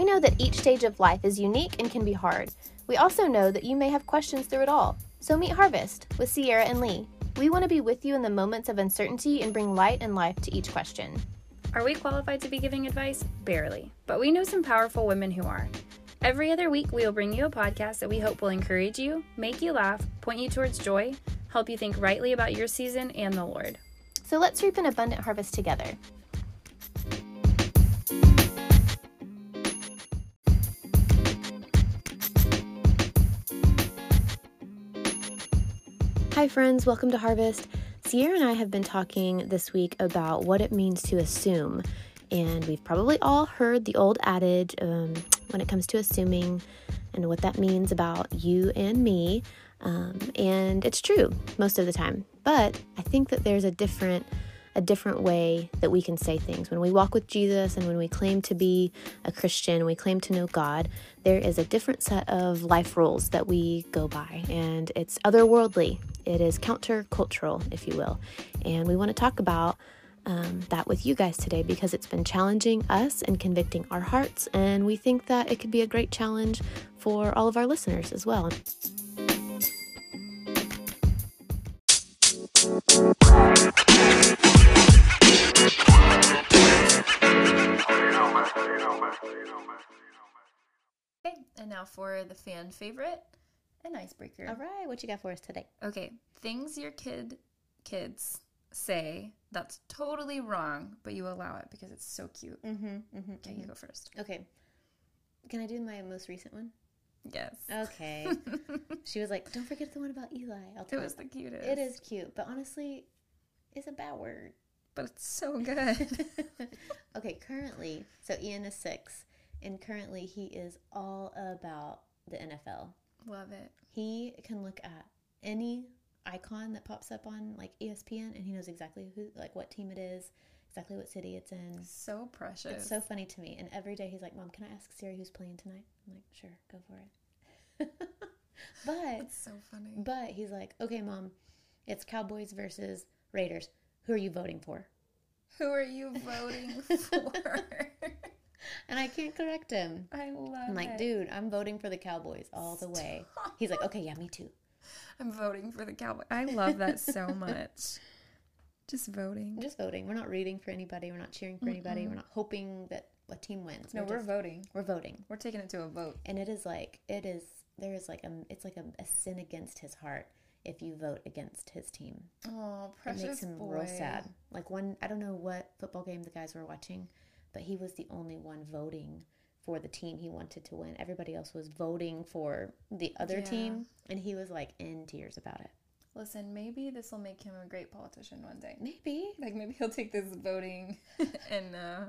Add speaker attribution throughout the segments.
Speaker 1: know that each stage of life is unique and can be hard. We also know that you may have questions through it all. So meet Harvest with Sierra and Lee. We want to be with you in the moments of uncertainty and bring light and life to each question.
Speaker 2: Are we qualified to be giving advice? Barely. But we know some powerful women who are. Every other week, we will bring you a podcast that we hope will encourage you, make you laugh, point you towards joy, help you think rightly about your season and the Lord.
Speaker 1: So let's reap an abundant harvest together. Hi, friends, welcome to Harvest. Sierra and I have been talking this week about what it means to assume, and we've probably all heard the old adage um, when it comes to assuming and what that means about you and me. Um, and it's true most of the time, but I think that there's a different a different way that we can say things. When we walk with Jesus and when we claim to be a Christian, we claim to know God, there is a different set of life rules that we go by, and it's otherworldly. It is countercultural, if you will. And we want to talk about um, that with you guys today because it's been challenging us and convicting our hearts, and we think that it could be a great challenge for all of our listeners as well.
Speaker 2: Okay, and now for the fan favorite, an icebreaker.
Speaker 1: All right, what you got for us today?
Speaker 2: Okay, things your kid kids say that's totally wrong, but you allow it because it's so cute.
Speaker 1: Mm-hmm, mm-hmm,
Speaker 2: Okay, you go first.
Speaker 1: Okay. Can I do my most recent one?
Speaker 2: Yes.
Speaker 1: Okay. she was like, "Don't forget the one about Eli." I'll
Speaker 2: it
Speaker 1: tell
Speaker 2: was the cutest.
Speaker 1: It is cute, but honestly, it's a bad word.
Speaker 2: But it's so good.
Speaker 1: okay, currently, so Ian is six, and currently he is all about the NFL.
Speaker 2: Love it.
Speaker 1: He can look at any icon that pops up on like E ESPN, and he knows exactly who, like what team it is, exactly what city it's in.
Speaker 2: So precious.
Speaker 1: It's so funny to me. And every day he's like, "Mom, can I ask Siri who's playing tonight?" I'm like, "Sure, go for it." but
Speaker 2: It's so funny.
Speaker 1: But he's like, okay, mom, it's Cowboys versus Raiders. Who are you voting for?
Speaker 2: Who are you voting for?
Speaker 1: And I can't correct him.
Speaker 2: I love
Speaker 1: I'm like,
Speaker 2: it.
Speaker 1: dude, I'm voting for the Cowboys all the way. He's like, okay, yeah, me too.
Speaker 2: I'm voting for the cowboy. I love that so much. Just voting.
Speaker 1: I'm just voting. We're not rooting for anybody. We're not cheering for anybody. We're not hoping that a team wins.
Speaker 2: No, we're
Speaker 1: just-
Speaker 2: voting.
Speaker 1: we're voting.
Speaker 2: We're taking it to a vote.
Speaker 1: And it is like, it is, there is like, a, it's like a, a sin against his heart if you vote against his team.
Speaker 2: Oh,
Speaker 1: it
Speaker 2: precious
Speaker 1: makes him
Speaker 2: boy.
Speaker 1: real sad. Like one, I don't know what football game the guys were watching, but he was the only one voting for the team he wanted to win. Everybody else was voting for the other
Speaker 2: Yeah.
Speaker 1: team, and he was like in tears about it.
Speaker 2: Listen, maybe this will make him a great politician one day.
Speaker 1: Maybe
Speaker 2: Like maybe he'll take this voting and uh,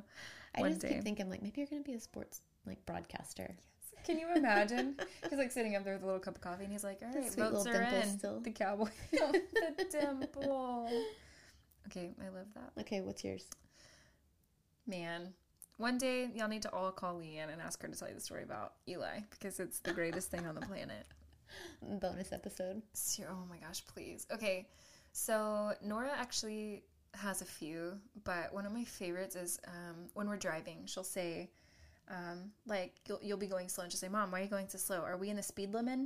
Speaker 1: I
Speaker 2: one
Speaker 1: just
Speaker 2: day.
Speaker 1: keep thinking like maybe you're gonna be a sports like broadcaster.
Speaker 2: Can you imagine? He's like sitting up there with a little cup of coffee, and he's like, "All right,
Speaker 1: sweet
Speaker 2: votes
Speaker 1: little
Speaker 2: are
Speaker 1: dimple
Speaker 2: in."
Speaker 1: still.
Speaker 2: The cowboy, the dimple. Okay, I love that
Speaker 1: Okay, what's yours?
Speaker 2: man. One day, y'all need to all call Leanne and ask her to tell you the story about Eli because it's the greatest thing on the planet.
Speaker 1: Bonus episode.
Speaker 2: Ser- Oh my gosh, please. Okay, so Nora actually has a few, but one of my favorites is um, when we're driving, she'll say, um, like, you'll, you'll be going slow, and she'll say, Mom, why are you going so slow? Are we in the speed limit?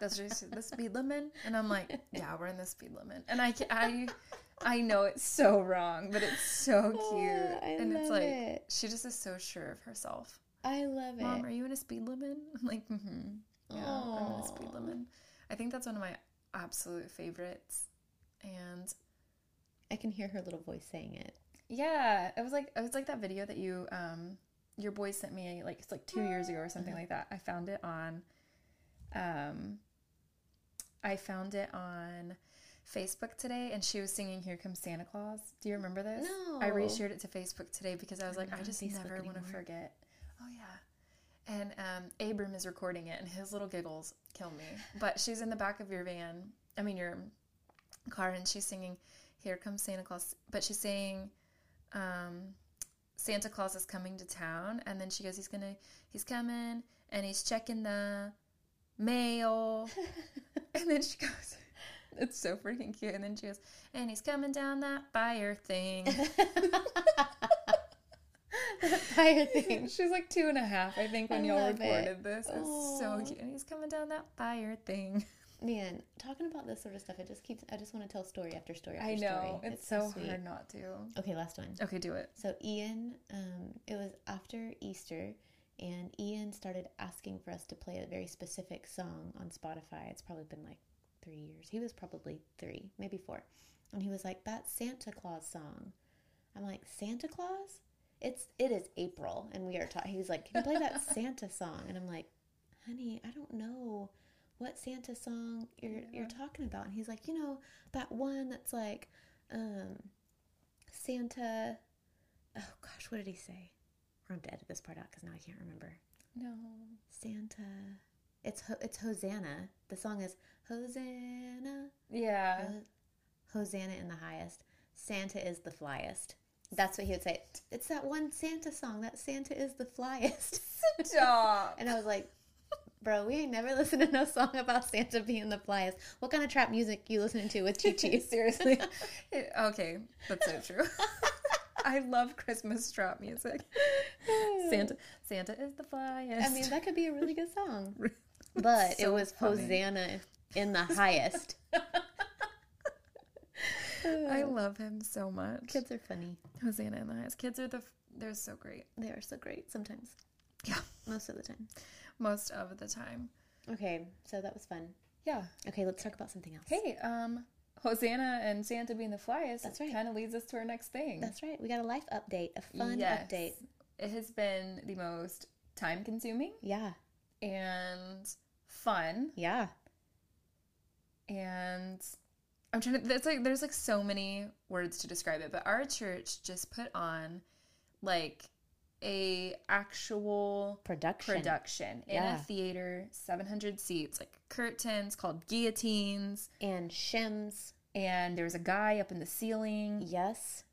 Speaker 2: That's what she said, the speed limit? And I'm like, Yeah, we're in the speed limit. And I, ca- I, I know it's so wrong, but it's so cute.
Speaker 1: Oh, I
Speaker 2: and it's
Speaker 1: love
Speaker 2: like,
Speaker 1: it.
Speaker 2: she just is so sure of herself.
Speaker 1: I love it.
Speaker 2: Mom, are you in a speed limit? I'm like, mm-hmm. Yeah, I'm in a speed
Speaker 1: Aw.
Speaker 2: limit. I think that's one of my absolute favorites. And
Speaker 1: I can hear her little voice saying it.
Speaker 2: yeah, it was like it was like that video that you um your boy sent me like it's like two years ago or something
Speaker 1: Mm-hmm.
Speaker 2: like that. I found it on um I found it on Facebook today and she was singing Here Comes Santa Claus. Do you remember this? I
Speaker 1: No.
Speaker 2: reshared it to Facebook today because I was
Speaker 1: I'm
Speaker 2: like,
Speaker 1: not
Speaker 2: I
Speaker 1: on
Speaker 2: just
Speaker 1: Facebook
Speaker 2: never want to
Speaker 1: anymore.
Speaker 2: forget. Oh yeah. And um Abram is recording it and his little giggles kill me. But she's in the back of your van. I mean your car and she's singing Here Comes Santa Claus but she's saying um Santa Claus is coming to town and then she goes he's gonna he's coming and he's checking the mail and then she goes it's so freaking cute and then she goes and he's coming down that fire thing
Speaker 1: entire thing.
Speaker 2: She's like two and a half, I Oh. think, when
Speaker 1: I
Speaker 2: y'all
Speaker 1: love
Speaker 2: recorded
Speaker 1: it.
Speaker 2: this. It's
Speaker 1: Aw.
Speaker 2: so cute. And he's coming down that fire thing.
Speaker 1: Man, talking about this sort of stuff, it just keeps. I just want to tell story after story after
Speaker 2: I know.
Speaker 1: story.
Speaker 2: It's, so hard not to.
Speaker 1: Okay, last one.
Speaker 2: Okay, do it.
Speaker 1: So Ian, um, it was after Easter, and Ian started asking for us to play a very specific song on Spotify. It's probably been like three years. He was probably three, maybe four, and he was like, "That Santa Claus song." I'm like, "Santa Claus? It's it is April, and we are talking." He was like, "Can you play that Santa song?" And I'm like, "Honey, I don't know." What Santa song you're you're talking about? And he's like, you know, that one that's like, um, Santa, oh gosh, what did he say? We're going to edit this part out because now I can't remember.
Speaker 2: No.
Speaker 1: Santa. It's Ho- it's Hosanna. The song is Hosanna.
Speaker 2: Yeah.
Speaker 1: Ho- Hosanna in the highest. Santa is the flyest. That's what he would say. It's that one Santa song. That Santa is the flyest.
Speaker 2: Stop.
Speaker 1: and I was like, bro, we ain't never listened to no song about Santa being the flyest. What kind of trap music you listening to with Chi Chi? Seriously.
Speaker 2: It- okay, that's so true. I love Christmas trap music. Santa Santa is the flyest.
Speaker 1: I mean, that could be a really good song. But it
Speaker 2: so
Speaker 1: was
Speaker 2: funny.
Speaker 1: Hosanna in the highest.
Speaker 2: I love him so much.
Speaker 1: Kids are funny.
Speaker 2: Hosanna in the highest. Kids are the f- they're so great.
Speaker 1: They are so great sometimes.
Speaker 2: Yeah.
Speaker 1: Most of the time.
Speaker 2: Most of the time.
Speaker 1: Okay, so that was fun.
Speaker 2: Yeah.
Speaker 1: Okay, let's talk about something else.
Speaker 2: Hey, um, Hosanna and Santa being the flyest
Speaker 1: That's right.
Speaker 2: kind of leads us to our next thing.
Speaker 1: That's right. We got a life update, a fun
Speaker 2: Yes.
Speaker 1: update.
Speaker 2: It has been the most time consuming
Speaker 1: Yeah.
Speaker 2: and fun
Speaker 1: Yeah.
Speaker 2: and I'm trying to there's like there's like so many words to describe it, but our church just put on like a actual
Speaker 1: Production.
Speaker 2: production in
Speaker 1: Yeah.
Speaker 2: a theater, 700 seats, like curtains called guillotines,
Speaker 1: and shims.
Speaker 2: and there was a guy up in the ceiling
Speaker 1: Yes.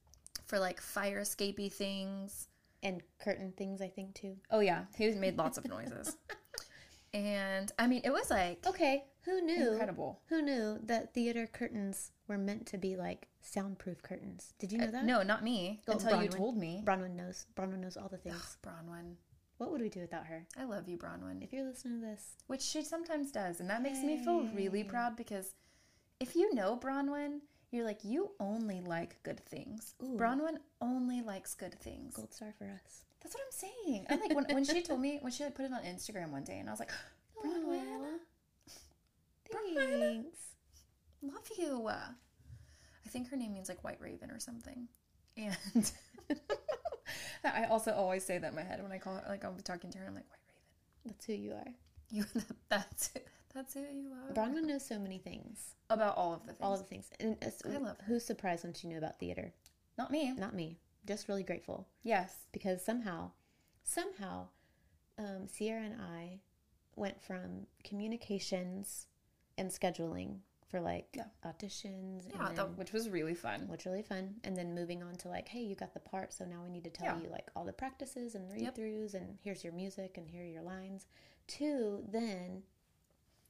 Speaker 2: for like fire escapey things.
Speaker 1: And curtain things, I think, too.
Speaker 2: Oh yeah, he made lots of noises. and I mean, it was like
Speaker 1: Okay, who knew?
Speaker 2: incredible.
Speaker 1: Who knew that theater curtains were meant to be like soundproof curtains? Did you know that?
Speaker 2: Uh, No, not me.
Speaker 1: Oh,
Speaker 2: until you
Speaker 1: Bronwyn.
Speaker 2: told me.
Speaker 1: Bronwyn knows. Bronwyn knows all the things.
Speaker 2: Bronwyn.
Speaker 1: what would we do without her?
Speaker 2: I love you, Bronwyn.
Speaker 1: If you're listening to this,
Speaker 2: Which she sometimes does, and that makes me feel really proud because if you know Bronwyn, you're like, you only like good things.
Speaker 1: Ooh.
Speaker 2: Bronwyn only likes good things.
Speaker 1: gold star for us.
Speaker 2: That's what I'm saying. I'm like, when, when she told me, when she like put it on Instagram one day, and I was like, Bronwyn,
Speaker 1: Thanks.
Speaker 2: love you. I think her name means like White Raven or something. And I also always say that in my head when I call her, like I'll be talking to her, I'm like, White Raven.
Speaker 1: That's who you are.
Speaker 2: You that's it. That's who you are.
Speaker 1: Bronwyn knows so many things.
Speaker 2: about all of the things.
Speaker 1: All of the things. And it's-
Speaker 2: I love her. Mm.
Speaker 1: who's surprised when she knew about theater?
Speaker 2: Not me.
Speaker 1: Not me. Just really grateful
Speaker 2: Yes.
Speaker 1: because somehow, somehow, um, Sierra and I went from communications and scheduling for like
Speaker 2: Yeah.
Speaker 1: auditions
Speaker 2: Yeah,
Speaker 1: and
Speaker 2: that-
Speaker 1: then-
Speaker 2: which was really fun.
Speaker 1: which really fun and then moving on to like hey you got the part so now we need to tell
Speaker 2: Yeah.
Speaker 1: you like all the practices and read
Speaker 2: Yep.
Speaker 1: throughs and here's your music and here are your lines to then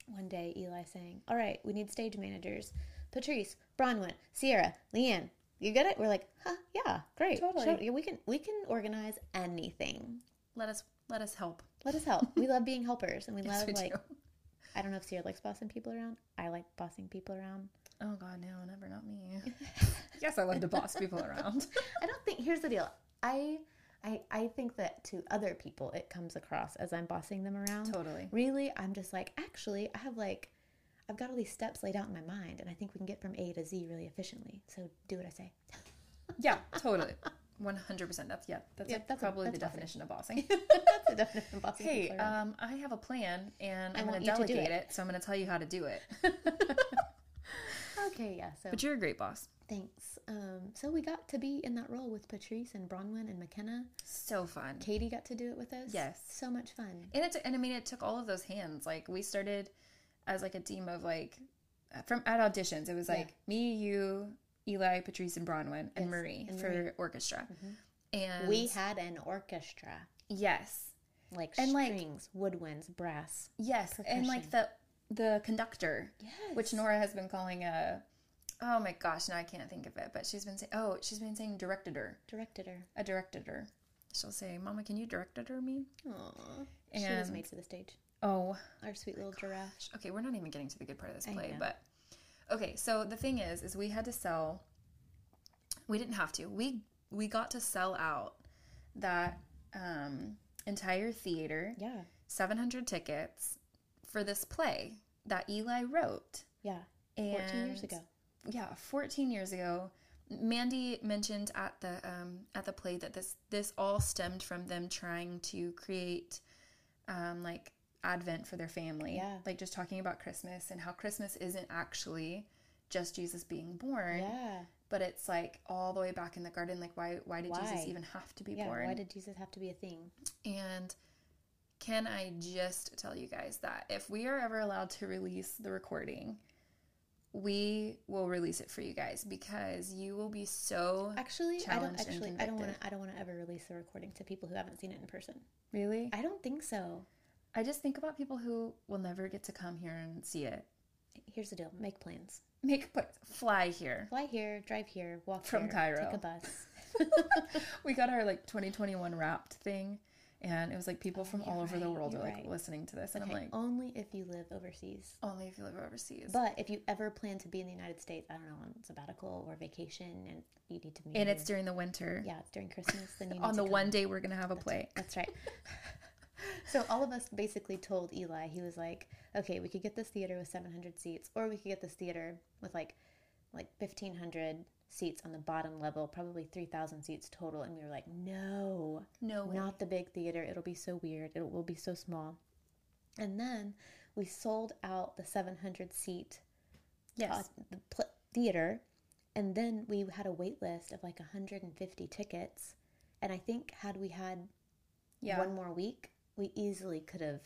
Speaker 1: one day eli saying all right we need stage managers patrice bronwyn sierra leanne you get it we're like huh yeah great
Speaker 2: Totally.
Speaker 1: Sure, yeah, we can we can organize anything
Speaker 2: Let us let us help.
Speaker 1: let us help we love being helpers and we
Speaker 2: Yes,
Speaker 1: love
Speaker 2: we
Speaker 1: like
Speaker 2: do.
Speaker 1: i don't know if sierra likes bossing people around i like bossing people around
Speaker 2: Oh God, no, never, not me. yes, I love to boss people around.
Speaker 1: I don't think here's the deal. I I I think that to other people it comes across as I'm bossing them around.
Speaker 2: totally.
Speaker 1: Really, I'm just like, actually, I have like I've got all these steps laid out in my mind and I think we can get from A to Z really efficiently. So do what I say.
Speaker 2: Yeah, totally. One hundred percent. That's yeah. That's,
Speaker 1: Yeah,
Speaker 2: like,
Speaker 1: that's a-
Speaker 2: probably
Speaker 1: that's
Speaker 2: the
Speaker 1: bossing.
Speaker 2: definition of bossing.
Speaker 1: That's the definition of bossing
Speaker 2: hey,
Speaker 1: people around.
Speaker 2: um, I have a plan, and
Speaker 1: I
Speaker 2: I'm going
Speaker 1: want
Speaker 2: to
Speaker 1: you to do
Speaker 2: delegate
Speaker 1: it.
Speaker 2: it. So I'm going to tell you how to do it.
Speaker 1: okay, yeah. So
Speaker 2: uh, But you're a great boss.
Speaker 1: thanks. Um so we got to be in that role with Patrice and Bronwyn and McKenna.
Speaker 2: So fun.
Speaker 1: Katie got to do it with us.
Speaker 2: Yes.
Speaker 1: So much fun.
Speaker 2: and it and I mean it took all of those hands. Like we started as like a team of like uh, from at auditions. It was
Speaker 1: Yeah.
Speaker 2: like me, you, Eli, Patrice, and Bronwyn, and
Speaker 1: Yes,
Speaker 2: Marie
Speaker 1: and
Speaker 2: for
Speaker 1: Marie. Mm-hmm.
Speaker 2: orchestra. And
Speaker 1: we had an orchestra.
Speaker 2: yes,
Speaker 1: Like
Speaker 2: And, like-
Speaker 1: strings, woodwinds, brass.
Speaker 2: yes, and like the the conductor,
Speaker 1: Yes.
Speaker 2: which Nora has been calling a. Oh my gosh, now I can't think of it. But she's been saying, oh, she's been saying directed her,
Speaker 1: directed her.
Speaker 2: a directed her. she'll say, Mama, can you direct it or me?
Speaker 1: Aww. she was
Speaker 2: And-
Speaker 1: made to the stage.
Speaker 2: Oh,
Speaker 1: Our sweet little giraffe.
Speaker 2: gosh. Okay, we're not even getting to the good part of this
Speaker 1: I
Speaker 2: play,
Speaker 1: know.
Speaker 2: but okay. So the thing is, is we had to sell. We didn't have to. We we got to sell out that um, entire theater,
Speaker 1: Yeah.
Speaker 2: seven hundred tickets for this play that Eli wrote.
Speaker 1: Yeah.
Speaker 2: And
Speaker 1: 14 years ago.
Speaker 2: yeah, 14 years ago, Mandy mentioned at the um, at the play that this this all stemmed from them trying to create um, like Advent for their family.
Speaker 1: Yeah.
Speaker 2: like just talking about Christmas and how Christmas isn't actually just Jesus being born,
Speaker 1: Yeah.
Speaker 2: but it's like all the way back in the garden. Like why why did
Speaker 1: Why?
Speaker 2: Jesus even have to be
Speaker 1: Yeah.
Speaker 2: born?
Speaker 1: Why did Jesus have to be a thing?
Speaker 2: And can I just tell you guys that if we are ever allowed to release the recording, we will release it for you guys because you will be so
Speaker 1: Actually, I don't
Speaker 2: Challenged and
Speaker 1: actually I don't want
Speaker 2: convicted.
Speaker 1: to I don't want to ever release the recording to people who haven't seen it in person.
Speaker 2: really.
Speaker 1: I don't think so.
Speaker 2: I just think about people who will never get to come here and see it.
Speaker 1: Here's the deal. Make plans.
Speaker 2: Make pla- fly here.
Speaker 1: Fly here, drive here, walk
Speaker 2: From
Speaker 1: here,
Speaker 2: Cairo.
Speaker 1: take a bus.
Speaker 2: We got our like 2021 Wrapped thing, and it was like people
Speaker 1: Oh,
Speaker 2: from all
Speaker 1: you're
Speaker 2: over the
Speaker 1: right,
Speaker 2: world were
Speaker 1: you're
Speaker 2: like
Speaker 1: right.
Speaker 2: listening to this, and
Speaker 1: Okay,
Speaker 2: I'm like,
Speaker 1: only if you live overseas.
Speaker 2: only if you live overseas.
Speaker 1: But if you ever plan to be in the United States, I don't know, on sabbatical or vacation, and you need to meet
Speaker 2: and
Speaker 1: here.
Speaker 2: it's during the winter.
Speaker 1: yeah, it's during Christmas. Then you need
Speaker 2: On
Speaker 1: to
Speaker 2: the
Speaker 1: come.
Speaker 2: one day we're gonna have a play.
Speaker 1: That's right. so all of us basically told Eli, he was like, okay, we could get this theater with 700 seats, or we could get this theater with like like 1500 seats on the bottom level, probably 3000 seats total. And we were like, no,
Speaker 2: No
Speaker 1: not the big theater. It'll be so weird. It will be so small. And then we sold out the 700 seat
Speaker 2: Yes.
Speaker 1: uh, the pl- theater, and then we had a wait list of like 150 tickets. And I think had we had
Speaker 2: yeah.
Speaker 1: one more week, we easily could have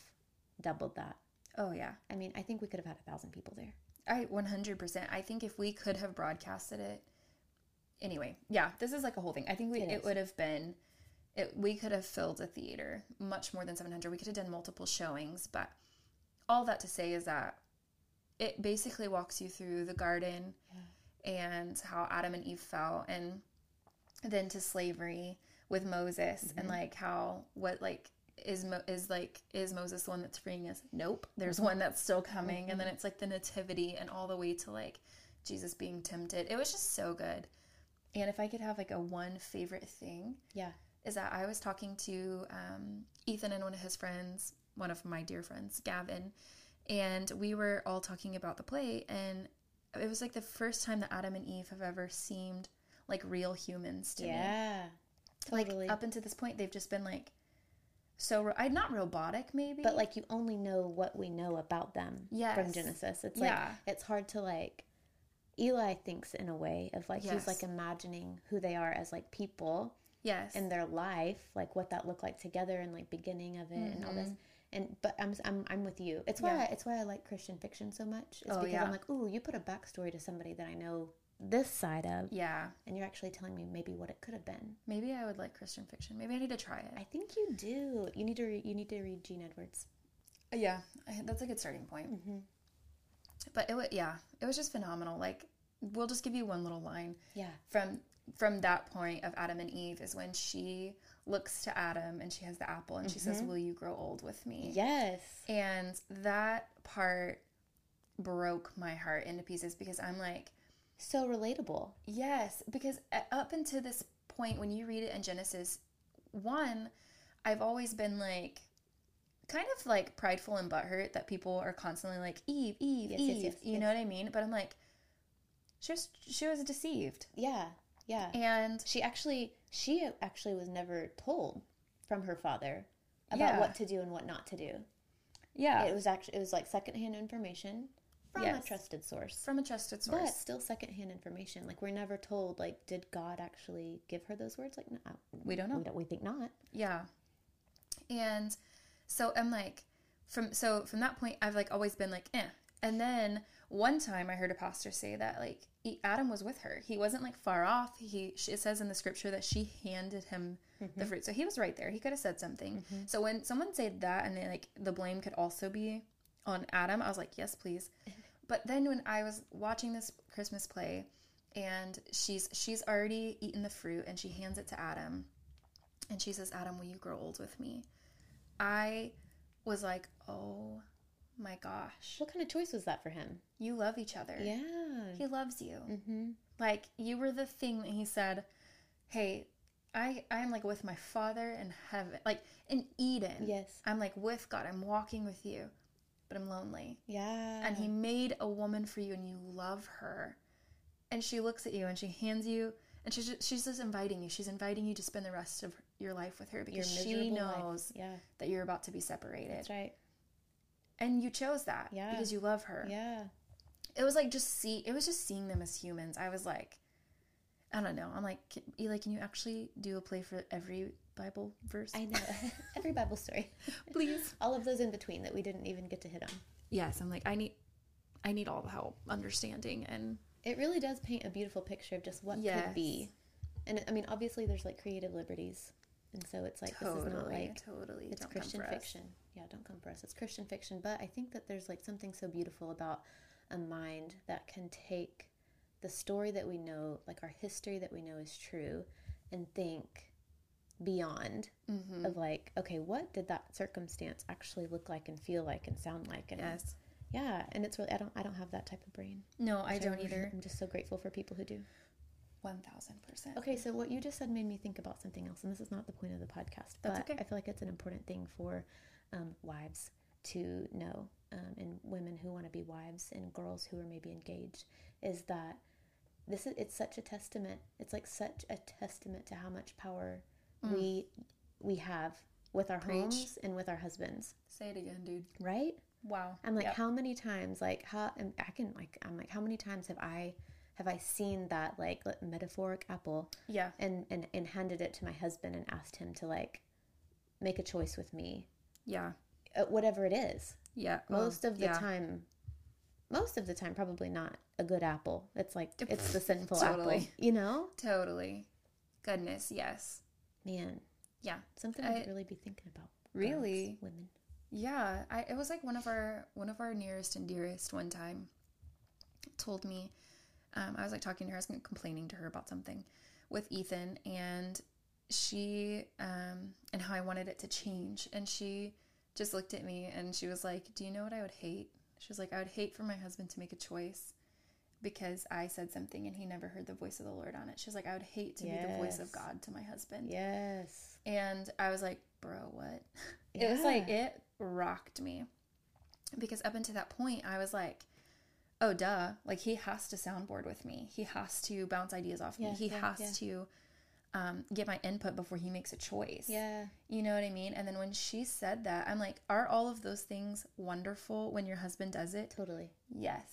Speaker 1: doubled that.
Speaker 2: Oh yeah.
Speaker 1: I mean, I think we could have had a thousand people there.
Speaker 2: I 100%. I think if we could have broadcasted it anyway. Yeah, this is like a whole thing. I think we
Speaker 1: It
Speaker 2: it,
Speaker 1: is.
Speaker 2: would have been it we could have filled a theater much more than 700. We could have done multiple showings, but all that to say is that it basically walks you through the garden and how Adam and Eve fell and then to slavery with Moses and like how what like is Mo- is like is Moses the one that's freeing us? Nope, there's one that's still coming, and then it's like the nativity and all the way to like Jesus being tempted. It was just so good. And if I could have like a one favorite thing,
Speaker 1: Yeah.
Speaker 2: is that I was talking to um, Ethan and one of his friends, one of my dear friends, Gavin, and we were all talking about the play. And it was like the first time that Adam and Eve have ever seemed like real humans to me
Speaker 1: Yeah.
Speaker 2: like
Speaker 1: Totally.
Speaker 2: up until this point they've just been like so ro- I not robotic maybe
Speaker 1: but like you only know what we know about them from
Speaker 2: Yes.
Speaker 1: Genesis. It's
Speaker 2: Yeah.
Speaker 1: like it's hard to like Eli thinks in a way of like he's
Speaker 2: Yes.
Speaker 1: like imagining who they are as like people
Speaker 2: yes
Speaker 1: and their life, like what that looked like together and like beginning of it and all this. And but I'm I'm I'm with you. It's why
Speaker 2: Mm-hmm. Yeah.
Speaker 1: I, it's why I like Christian fiction so much. It's
Speaker 2: Oh,
Speaker 1: because
Speaker 2: yeah.
Speaker 1: I'm like, ooh, you put a backstory to somebody that I know this side of,
Speaker 2: yeah
Speaker 1: and you're actually telling me maybe what it could have been.
Speaker 2: maybe I would like Christian fiction maybe I need to try it
Speaker 1: I think you do. You need to re- you need to read Gene Edwards.
Speaker 2: yeah I- that's a good starting point
Speaker 1: Mhm.
Speaker 2: but it was yeah it was just phenomenal like we'll just give you one little line
Speaker 1: Yeah.
Speaker 2: from from that point of Adam and Eve is when she looks to Adam and she has the apple and she says will you grow old with me
Speaker 1: Mm-hmm. Yes.
Speaker 2: And that part broke my heart into pieces because I'm like
Speaker 1: So relatable.
Speaker 2: Yes, because uh, up until this point, when you read it in Genesis 1, I've always been like, kind of like prideful and butthurt that people are constantly like, Eve, Eve,
Speaker 1: Yes, yes,
Speaker 2: Eve.
Speaker 1: yes,
Speaker 2: you know what I mean? But I'm like, she was, she was deceived.
Speaker 1: Yeah. Yeah.
Speaker 2: And
Speaker 1: she actually she actually was never told from her father about
Speaker 2: Yeah.
Speaker 1: what to do and what not to do.
Speaker 2: yeah,
Speaker 1: It was actually it was like secondhand information from
Speaker 2: Yes.
Speaker 1: a trusted source.
Speaker 2: from a trusted
Speaker 1: But
Speaker 2: source.
Speaker 1: still secondhand information. Like we're never told like did God actually give her those words? Like no,
Speaker 2: we don't know.
Speaker 1: we, don't, we think not.
Speaker 2: Yeah. And so I'm like from so from that point I've like always been like eh. And then one time I heard a pastor say that like E- Adam was with her. He wasn't like far off. He she- it says in the scripture that she handed him the fruit. So he was right there. He could have said something. So when someone said that and they like the blame could also be on Adam, I was like, "Yes, please." But then when I was watching this Christmas play and she's she's already eaten the fruit and she hands it to Adam And she says, Adam, will you grow old with me? I was like, oh my gosh.
Speaker 1: What kind of choice was that for him?
Speaker 2: You love each other.
Speaker 1: Yeah.
Speaker 2: He loves you.
Speaker 1: Mm-hmm.
Speaker 2: Like you were the thing that he said, "Hey, I I'm like with my father in heaven, like in Eden.
Speaker 1: Yes.
Speaker 2: I'm like with God. I'm walking with you, but I'm lonely."
Speaker 1: Yeah.
Speaker 2: And he made a woman for you, and you love her, and she looks at you, and she hands you, and she's just, she's just inviting you. She's inviting you to spend the rest of your life with her
Speaker 1: Your
Speaker 2: because she
Speaker 1: miserable life.
Speaker 2: knows
Speaker 1: Yeah.
Speaker 2: that you're about to be separated,
Speaker 1: That's right.
Speaker 2: and you chose that
Speaker 1: Yeah.
Speaker 2: because you love her.
Speaker 1: Yeah.
Speaker 2: it was like just see it was just seeing them as humans i was like i don't know i'm like "Can- eli can you actually do a play for every bible verse
Speaker 1: I know. Every Bible story.
Speaker 2: please
Speaker 1: All of those in between that we didn't even get to hit on.
Speaker 2: yes i'm like i need i need all the help understanding and
Speaker 1: It really does paint a beautiful picture of just what could be. And I mean, obviously, there's like creative liberties. And so it's like, this is not like
Speaker 2: totally
Speaker 1: it's
Speaker 2: don't come
Speaker 1: Christian
Speaker 2: for us.
Speaker 1: fiction. Yeah, don't come for us. It's Christian fiction, but I think that there's like something so beautiful about a mind that can take the story that we know, like our history that we know is true, and think beyond
Speaker 2: Mhm.
Speaker 1: of like, okay, what did that circumstance actually look like and feel like and sound like? And
Speaker 2: yes
Speaker 1: yeah, and it's really I don't I don't have that type of brain.
Speaker 2: no i
Speaker 1: which
Speaker 2: don't
Speaker 1: really-
Speaker 2: either
Speaker 1: I'm just so grateful for people who do.
Speaker 2: 1000% okay
Speaker 1: Okay, so what you just said made me think about something else, and this is not the point of the podcast, but
Speaker 2: That's okay.
Speaker 1: I feel like it's an important thing for um, wives to know, um, and women who want to be wives, and girls who are maybe engaged, is that this is it's such a testament. It's like such a testament to how much power we we have with our
Speaker 2: Mm. Preach.
Speaker 1: homes and with our husbands,
Speaker 2: say it again dude
Speaker 1: right?
Speaker 2: wow
Speaker 1: I'm like,
Speaker 2: Yep.
Speaker 1: how many times, like, how and I can, like, I'm like, how many times have I, have I seen that like le- metaphoric apple
Speaker 2: yeah
Speaker 1: and and and handed it to my husband and asked him to like make a choice with me,
Speaker 2: yeah
Speaker 1: uh, whatever it is.
Speaker 2: yeah Oh,
Speaker 1: Most of the
Speaker 2: yeah.
Speaker 1: time, most of the time, probably not a good apple. It's like it's the sinful apple,
Speaker 2: Totally.
Speaker 1: you know.
Speaker 2: totally goodness yes
Speaker 1: Man,
Speaker 2: yeah
Speaker 1: something I,
Speaker 2: I-
Speaker 1: would really be thinking about. girls,
Speaker 2: Really?
Speaker 1: women.
Speaker 2: Yeah, I, it was like one of our one of our nearest and dearest one time told me um, I was like talking to her, I was complaining to her about something with Ethan, and she um, and how I wanted it to change, and she just looked at me and she was like, "Do you know what I would hate?" She was like, "I would hate for my husband to make a choice." Because I said something and he never heard the voice of the Lord on it. She was like, I would hate to be the voice
Speaker 1: Yes.
Speaker 2: of God to my husband.
Speaker 1: Yes.
Speaker 2: And I was like, bro, what? It was like, it rocked me. Because up until that point, I was like, oh, duh. Like, he has to soundboard with me. He has to bounce ideas off
Speaker 1: Yeah,
Speaker 2: me. He
Speaker 1: yeah,
Speaker 2: has to um, get my input before he makes a choice.
Speaker 1: Yeah.
Speaker 2: You know what I mean? And then when she said that, I'm like, are all of those things wonderful when your husband does it?
Speaker 1: Totally.
Speaker 2: Yes.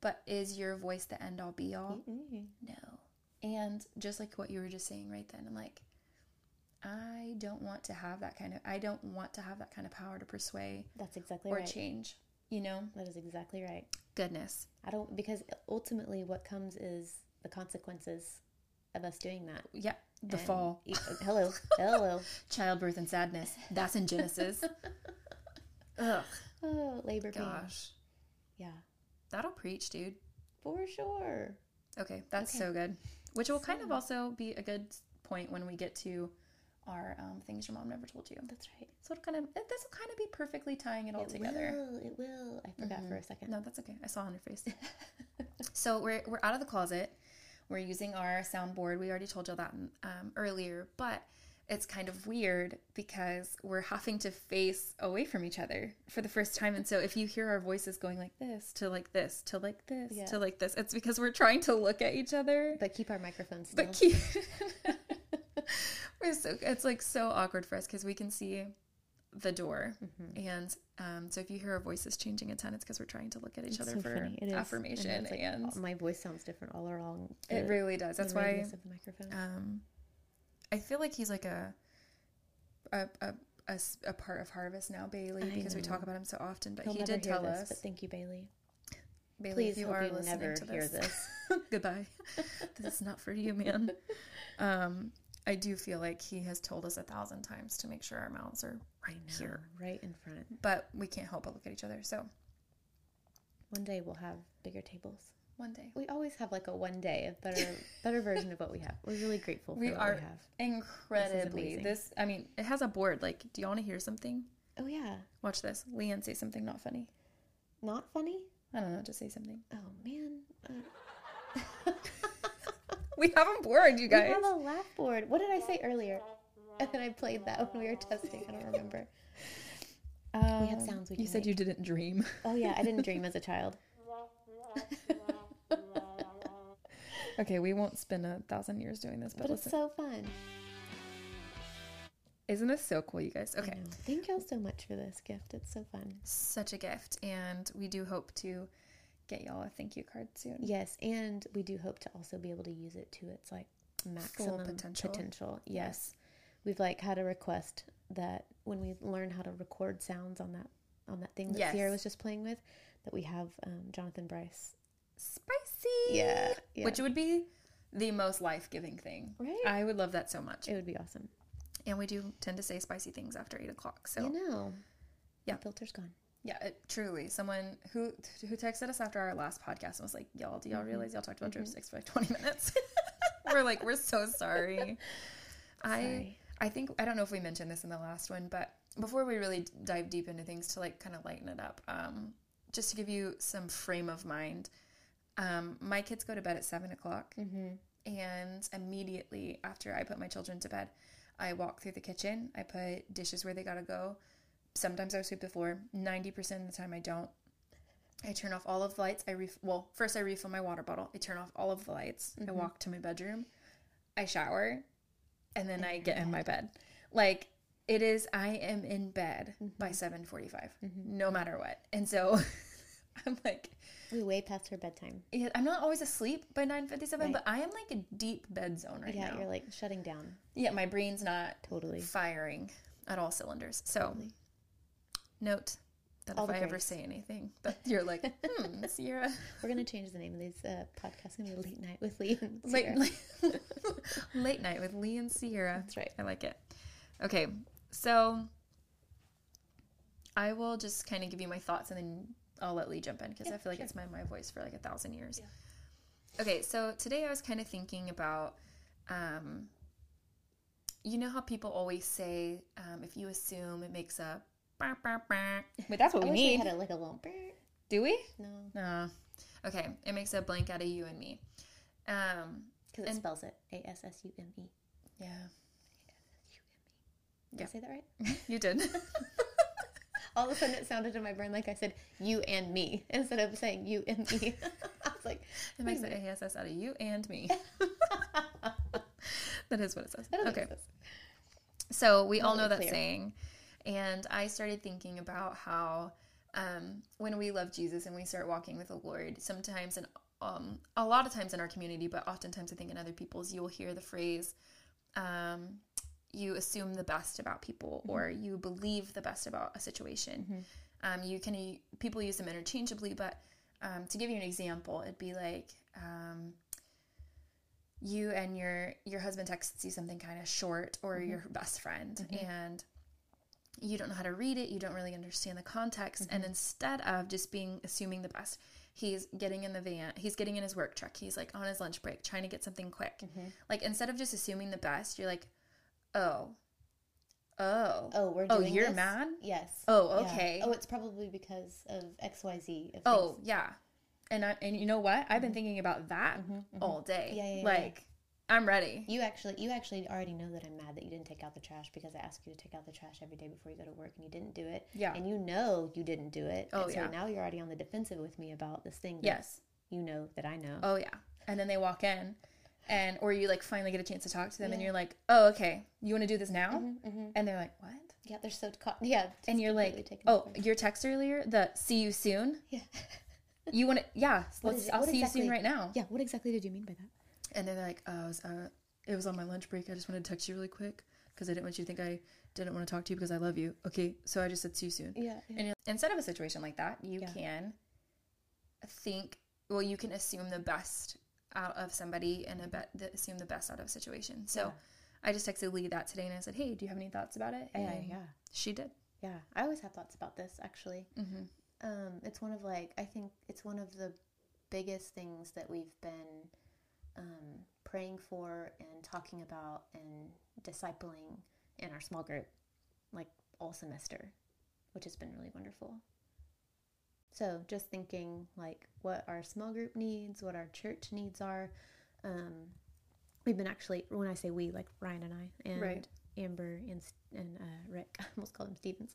Speaker 2: But is your voice the end all be all? no. And just like what you were just saying right then, I'm like, I don't want to have that kind of I don't want to have that kind of power to persuade
Speaker 1: That's exactly
Speaker 2: or
Speaker 1: right.
Speaker 2: change. You know?
Speaker 1: That is exactly right.
Speaker 2: Goodness.
Speaker 1: I don't because ultimately what comes is the consequences of us doing that.
Speaker 2: Yeah. The
Speaker 1: And-
Speaker 2: fall.
Speaker 1: e- hello, hello.
Speaker 2: Childbirth and sadness. That's in Genesis. Ugh.
Speaker 1: Oh, labor pains.
Speaker 2: Gosh.
Speaker 1: Yeah,
Speaker 2: That'll preach, dude.
Speaker 1: for sure.
Speaker 2: Okay, that's
Speaker 1: Okay.
Speaker 2: so good. Which will kind of also be a good point when we get to our um, things your mom never told you.
Speaker 1: That's right.
Speaker 2: So it'll kind of this will kind of be perfectly tying it all
Speaker 1: it
Speaker 2: together. Mm-hmm.
Speaker 1: will. It will. I forgot for a second.
Speaker 2: No, that's okay. I saw on your face. so we're we're out of the closet. We're using our soundboard. We already told you that um, earlier, but it's kind of weird because we're having to face away from each other for the first time. And so if you hear our voices going like this to like this to like this
Speaker 1: Yeah.
Speaker 2: to like this, it's because we're trying to look at each other.
Speaker 1: But keep our microphones still.
Speaker 2: But keep. we're so it's like so awkward for us because we can see the door,
Speaker 1: Mm-hmm.
Speaker 2: and um, so if you hear our voices changing a ton, it's because we're trying to look at each
Speaker 1: It's
Speaker 2: other
Speaker 1: so
Speaker 2: for
Speaker 1: funny. It is. I know,
Speaker 2: affirmation,
Speaker 1: it's
Speaker 2: and,
Speaker 1: like, all- my voice sounds different all along.
Speaker 2: it
Speaker 1: the-
Speaker 2: really does.
Speaker 1: the
Speaker 2: That's why
Speaker 1: radius of the microphone.
Speaker 2: um, I feel like he's like a a a, a s- a part of Harvest now, Bailey,
Speaker 1: I
Speaker 2: because we
Speaker 1: know.
Speaker 2: talk about him so often. But
Speaker 1: He'll
Speaker 2: he
Speaker 1: never
Speaker 2: did
Speaker 1: hear
Speaker 2: tell
Speaker 1: this,
Speaker 2: us,
Speaker 1: But thank you, Bailey.
Speaker 2: Bailey,
Speaker 1: Please
Speaker 2: if you
Speaker 1: hope
Speaker 2: are
Speaker 1: you
Speaker 2: listening
Speaker 1: never
Speaker 2: to
Speaker 1: hear
Speaker 2: this,
Speaker 1: this.
Speaker 2: goodbye. this is not for you, man. Um, I do feel like he has told us a thousand times to make sure our mouths are right here,
Speaker 1: right in front.
Speaker 2: but we can't help but look at each other. So
Speaker 1: One day we'll have bigger tables.
Speaker 2: One day.
Speaker 1: We always have like a one day of better better version of what we have. We're really grateful for
Speaker 2: We
Speaker 1: what
Speaker 2: are-
Speaker 1: we have.
Speaker 2: Incredibly.
Speaker 1: amazing.
Speaker 2: This, I mean, it has a board. Like, do you want to hear something?
Speaker 1: Oh yeah.
Speaker 2: Watch this. Leanne say something not funny.
Speaker 1: Not funny?
Speaker 2: I don't know. Just say something.
Speaker 1: Oh man. Uh,
Speaker 2: We have a board, you
Speaker 1: we
Speaker 2: guys.
Speaker 1: have a laugh board. What did I say earlier? And then I played that when we were testing. I don't remember. we have
Speaker 2: Um,
Speaker 1: sounds we
Speaker 2: You
Speaker 1: can
Speaker 2: said you didn't dream.
Speaker 1: Oh yeah, I didn't dream as a child.
Speaker 2: okay, we won't spend a thousand years doing this, but,
Speaker 1: But it's
Speaker 2: listen.
Speaker 1: so fun.
Speaker 2: Isn't this so cool, you guys? Okay.
Speaker 1: Thank y'all so much for this gift. It's so fun.
Speaker 2: Such a gift. And we do hope to get y'all a thank you card soon.
Speaker 1: Yes, and we do hope to also be able to use it to its like maximum
Speaker 2: potential.
Speaker 1: potential. Yes. We've like had a request that when we learn how to record sounds on that on that thing that
Speaker 2: Yes.
Speaker 1: Sierra was just playing with, that we have um, Jonathan Bryce.
Speaker 2: Spicy.
Speaker 1: Yeah, yeah.
Speaker 2: Which would be the most life giving thing.
Speaker 1: Right?
Speaker 2: I would love that so much.
Speaker 1: It would be awesome.
Speaker 2: And we do tend to say spicy things after eight o'clock. So
Speaker 1: You know.
Speaker 2: Yeah.
Speaker 1: The filter's gone.
Speaker 2: Yeah, it, truly. Someone who who texted us after our last podcast and was like, "Y'all, do y'all realize y'all talked about dripsticks for like twenty minutes?" we're like, "We're so sorry."
Speaker 1: Sorry.
Speaker 2: I I think I don't know if we mentioned this in the last one, but before we really d- dive deep into things to like kind of lighten it up, um, just to give you some frame of mind, um, my kids go to bed at seven o'clock, and immediately after I put my children to bed, I walk through the kitchen. I put dishes where they gotta go. Sometimes I sweep the floor. Ninety percent of the time, I don't. I turn off all of the lights. I ref- well, first I refill my water bottle. I turn off all of the lights.
Speaker 1: Mm-hmm.
Speaker 2: I walk to my bedroom. I shower, and then I get in my bed. Like it is, I am in bed
Speaker 1: Mm-hmm.
Speaker 2: by seven no matter what. And so I'm like,
Speaker 1: We way past her bedtime.
Speaker 2: yeah, I'm not always asleep by nine fifty seven,
Speaker 1: Right.
Speaker 2: but I am like a deep bed zone right
Speaker 1: yeah,
Speaker 2: now.
Speaker 1: you're like shutting down.
Speaker 2: yeah, my brain's not
Speaker 1: Totally.
Speaker 2: firing at all cylinders. So, note that
Speaker 1: All
Speaker 2: if
Speaker 1: the
Speaker 2: I ever
Speaker 1: grace.
Speaker 2: say anything, that you're like, hmm, Sierra.
Speaker 1: We're gonna change the name of these uh, podcasts. It's gonna be late night with Lee and
Speaker 2: Late,
Speaker 1: Sierra.
Speaker 2: late, late night with Lee and Sierra.
Speaker 1: That's right.
Speaker 2: I like it. Okay, so I will just kind of give you my thoughts and then I'll let Lee jump in because I feel like it's been my voice for like a thousand years. Okay, so today I was kind of thinking about, um, you know how people always say um, if you assume it makes a. bah, bah, bah. But that's what
Speaker 1: I
Speaker 2: we
Speaker 1: wish we
Speaker 2: need.
Speaker 1: had a, like a little. brrr.
Speaker 2: Do we?
Speaker 1: No,
Speaker 2: No. Okay, it makes a blank out of you and me. Um,
Speaker 1: because it
Speaker 2: And-
Speaker 1: spells it A S S U M E.
Speaker 2: yeah,
Speaker 1: Did
Speaker 2: Yeah.
Speaker 1: I say that right?
Speaker 2: you did.
Speaker 1: All of a sudden, it sounded in my brain like I said you and me instead of saying you and me. I was like,
Speaker 2: It makes an ASS out of you and me. that is what it says.
Speaker 1: I don't
Speaker 2: Okay.
Speaker 1: think this.
Speaker 2: So we all
Speaker 1: Totally
Speaker 2: know that
Speaker 1: clear.
Speaker 2: saying. And I started thinking about how um, when we love Jesus and we start walking with the Lord, sometimes and um, a lot of times in our community, but oftentimes I think in other people's, you will hear the phrase, um, you assume the best about people
Speaker 1: Mm-hmm.
Speaker 2: or you believe the best about a situation. Um, you can people use them interchangeably, but um, to give you an example, it'd be like um, you and your your husband texts you something kind of short or your best friend and you don't know how to read it you don't really understand the context and instead of just being assuming the best he's getting in the van he's getting in his work truck he's like on his lunch break trying to get something quick like instead of just assuming the best you're like oh oh
Speaker 1: Oh, we're
Speaker 2: Oh,
Speaker 1: doing
Speaker 2: you're
Speaker 1: this?
Speaker 2: mad?
Speaker 1: Yes.
Speaker 2: Oh,
Speaker 1: Yeah.
Speaker 2: okay.
Speaker 1: Oh, it's probably because of X Y Z. of
Speaker 2: oh
Speaker 1: things. Mm-hmm.
Speaker 2: yeah and I, and you know what i've been thinking about that all day
Speaker 1: Yeah, yeah, yeah,
Speaker 2: like i'm ready
Speaker 1: You actually, you actually already know that I'm mad that you didn't take out the trash because I ask you to take out the trash every day before you go to work and you didn't do it.
Speaker 2: Yeah.
Speaker 1: And you know you didn't do it.
Speaker 2: Oh,
Speaker 1: and so
Speaker 2: yeah.
Speaker 1: now you're already on the defensive with me about this thing. that
Speaker 2: yes
Speaker 1: You know that I know.
Speaker 2: Oh yeah. And then they walk in and or you like finally get a chance to talk to them and you're like, "Oh, okay. You want to do this now?" And they're like, "What?"
Speaker 1: Yeah, they're so caught. Yeah. just
Speaker 2: And you're
Speaker 1: Mm-hmm, completely
Speaker 2: like,
Speaker 1: taken
Speaker 2: "Oh,
Speaker 1: off.
Speaker 2: your text earlier, the see you soon?
Speaker 1: Yeah.
Speaker 2: You want to Yeah,
Speaker 1: What
Speaker 2: let's
Speaker 1: is it?
Speaker 2: I'll
Speaker 1: What
Speaker 2: see you soon
Speaker 1: exactly-
Speaker 2: right now."
Speaker 1: Yeah. What exactly did you mean by that?
Speaker 2: And then they're like, "Oh, it was, uh, it was on my lunch break. I just wanted to text you really quick cuz I didn't want you to think I didn't want to talk to you because I love you. Okay, so I just said see you soon."
Speaker 1: Yeah. yeah.
Speaker 2: And you're, instead of a situation like that, you
Speaker 1: Yeah.
Speaker 2: can think, well, you can assume the best out of somebody and a bet the, assume the best out of a situation. So I just texted Lee that today and I said, hey, do you have any thoughts about it?
Speaker 1: yeah,
Speaker 2: And um,
Speaker 1: yeah,
Speaker 2: She did.
Speaker 1: yeah. I always have thoughts about this actually.
Speaker 2: Mm-hmm.
Speaker 1: Um, it's one of like I think it's one of the biggest things that we've been um, praying for and talking about and discipling in our small group, like all semester, which has been really wonderful. So, just thinking like what our small group needs, what our church needs are. Um, we've been actually, when I say we, like Ryan and I, and
Speaker 2: Right.
Speaker 1: Amber and, S- and uh, Rick, I almost called him Stevens.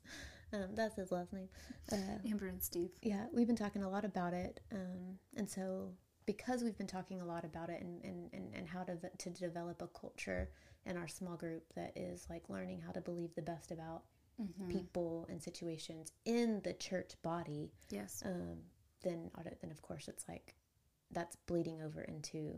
Speaker 1: Um, that's his last name. Uh,
Speaker 2: Amber and Steve.
Speaker 1: yeah, we've been talking a lot about it. Um, and so, because we've been talking a lot about it and, and, and, and how to, to develop a culture in our small group that is like learning how to believe the best about people and situations in the church body,
Speaker 2: Yes.
Speaker 1: um, then, auto- then of course, it's like that's bleeding over into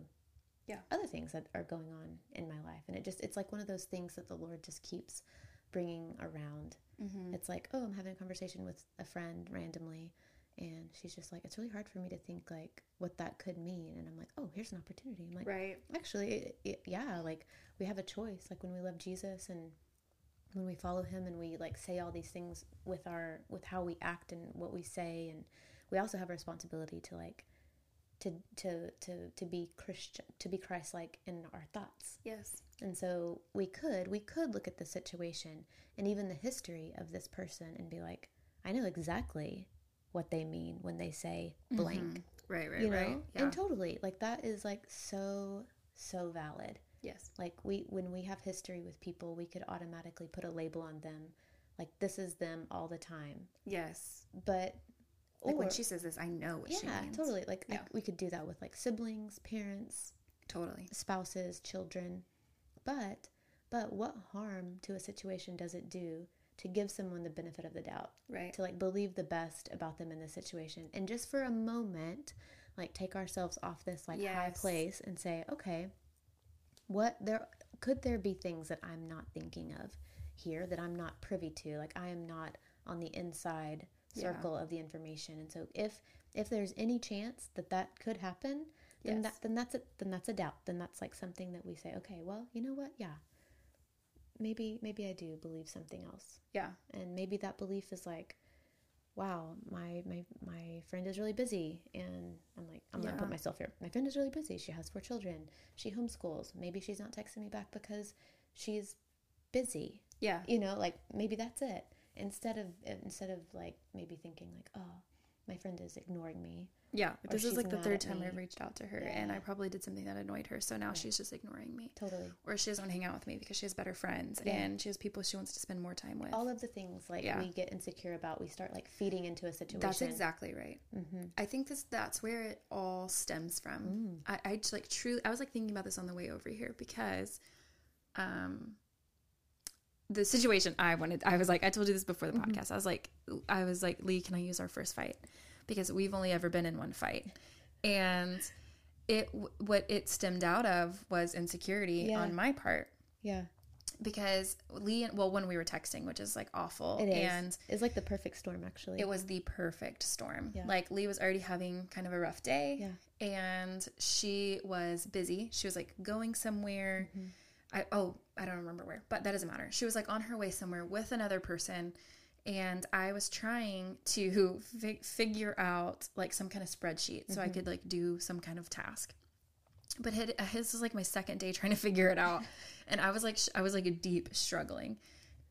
Speaker 2: Yeah.
Speaker 1: other things that are going on in my life. And it just, it's like one of those things that the Lord just keeps bringing around
Speaker 2: Mm-hmm.
Speaker 1: it's like, oh, I'm having a conversation with a friend randomly. And she's just like, it's really hard for me to think like what that could mean. And I'm like, oh, here's an opportunity. I'm like,
Speaker 2: Right.
Speaker 1: actually, it, it, yeah, like we have a choice. Like when we love Jesus and when we follow him and we like say all these things with our, with how we act and what we say. And we also have a responsibility to like, to, to, to, to be Christian, to be Christ like in our thoughts.
Speaker 2: Yes.
Speaker 1: And so we could, we could look at the situation and even the history of this person and be like, I know exactly what they mean when they say blank.
Speaker 2: Right. Right.
Speaker 1: you know?
Speaker 2: right. Yeah.
Speaker 1: And totally. Like that is like so, so valid.
Speaker 2: yes.
Speaker 1: Like we when we have history with people, we could automatically put a label on them. Like this is them all the time.
Speaker 2: Yes.
Speaker 1: But
Speaker 2: Like when
Speaker 1: or-
Speaker 2: she says this, I know what she
Speaker 1: yeah,
Speaker 2: means.
Speaker 1: totally. Like I-
Speaker 2: Yeah.
Speaker 1: we could do that with like siblings, parents,
Speaker 2: Totally.
Speaker 1: spouses, children. But but what harm to a situation does it do to give someone the benefit of the doubt?
Speaker 2: Right.
Speaker 1: To like believe the best about them in the situation and just for a moment like take ourselves off this like high
Speaker 2: Yes.
Speaker 1: place and say, okay, what there could there be things that I'm not thinking of here that I'm not privy to? Like I am not on the inside
Speaker 2: Yeah.
Speaker 1: circle of the information. And so if if there's any chance that that could happen, then
Speaker 2: Yes.
Speaker 1: that then that's a then that's a doubt. Then that's like something that we say, okay, well, you know what? Yeah. Maybe maybe I do believe something else.
Speaker 2: Yeah.
Speaker 1: And maybe that belief is like Wow, my, my my friend is really busy, and I'm like, I'm gonna
Speaker 2: Yeah.
Speaker 1: put myself here. My friend is really busy. She has four children. She homeschools. Maybe she's not texting me back because she's busy
Speaker 2: Yeah.
Speaker 1: you know like maybe that's it instead of instead of like maybe thinking like oh my friend is ignoring me
Speaker 2: Yeah.
Speaker 1: Or
Speaker 2: This is
Speaker 1: she's
Speaker 2: like the
Speaker 1: mad
Speaker 2: third
Speaker 1: at
Speaker 2: time I've
Speaker 1: me.
Speaker 2: reached out to her, and I
Speaker 1: Yeah.
Speaker 2: probably did something that annoyed her. So now she's just ignoring me.
Speaker 1: totally
Speaker 2: Or she doesn't want to hang out with me because she has better friends
Speaker 1: Yeah.
Speaker 2: and she has people she wants to spend more time with.
Speaker 1: all of the things like
Speaker 2: Yeah.
Speaker 1: we get insecure about we start like feeding into a situation
Speaker 2: That's Oh, exactly right.
Speaker 1: Mhm.
Speaker 2: I think this that's where it all stems
Speaker 1: Mm.
Speaker 2: from. I, I just, like truly I was like thinking about this on the way over here because um the situation I wanted I was like I told you this before the
Speaker 1: Mm-hmm.
Speaker 2: podcast. I was like I was like Lee, can I use our first fight? Because we've only ever been in one fight. And it what it stemmed out of was insecurity
Speaker 1: Yeah.
Speaker 2: on my part
Speaker 1: yeah
Speaker 2: because Lee and well when we were texting, which is like awful
Speaker 1: it is
Speaker 2: and
Speaker 1: it's like the perfect storm actually
Speaker 2: it was the perfect storm.
Speaker 1: Yeah.
Speaker 2: Like Lee was already having kind of a rough day.
Speaker 1: yeah
Speaker 2: And she was busy. She was like going somewhere.
Speaker 1: Mm-hmm.
Speaker 2: I oh, I don't remember where, but that doesn't matter. She was like on her way somewhere with another person and I was trying to fi- figure out like some kind of spreadsheet so I
Speaker 1: Mm-hmm.
Speaker 2: could like do some kind of task. But his, his was like my second day trying to figure it out, and I was like sh- I was like deep struggling,